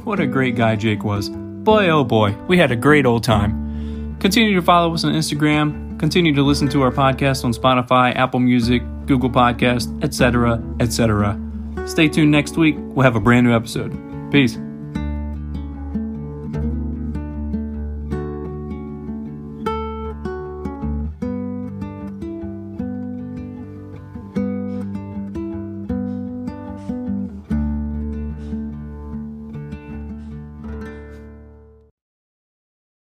What a great guy Jake was. Boy, oh boy, we had a great old time. Continue to follow us on Instagram. Continue to listen to our podcast on Spotify, Apple Music, Google Podcast, etc., etc. Stay tuned next week. We'll have a brand new episode. Peace.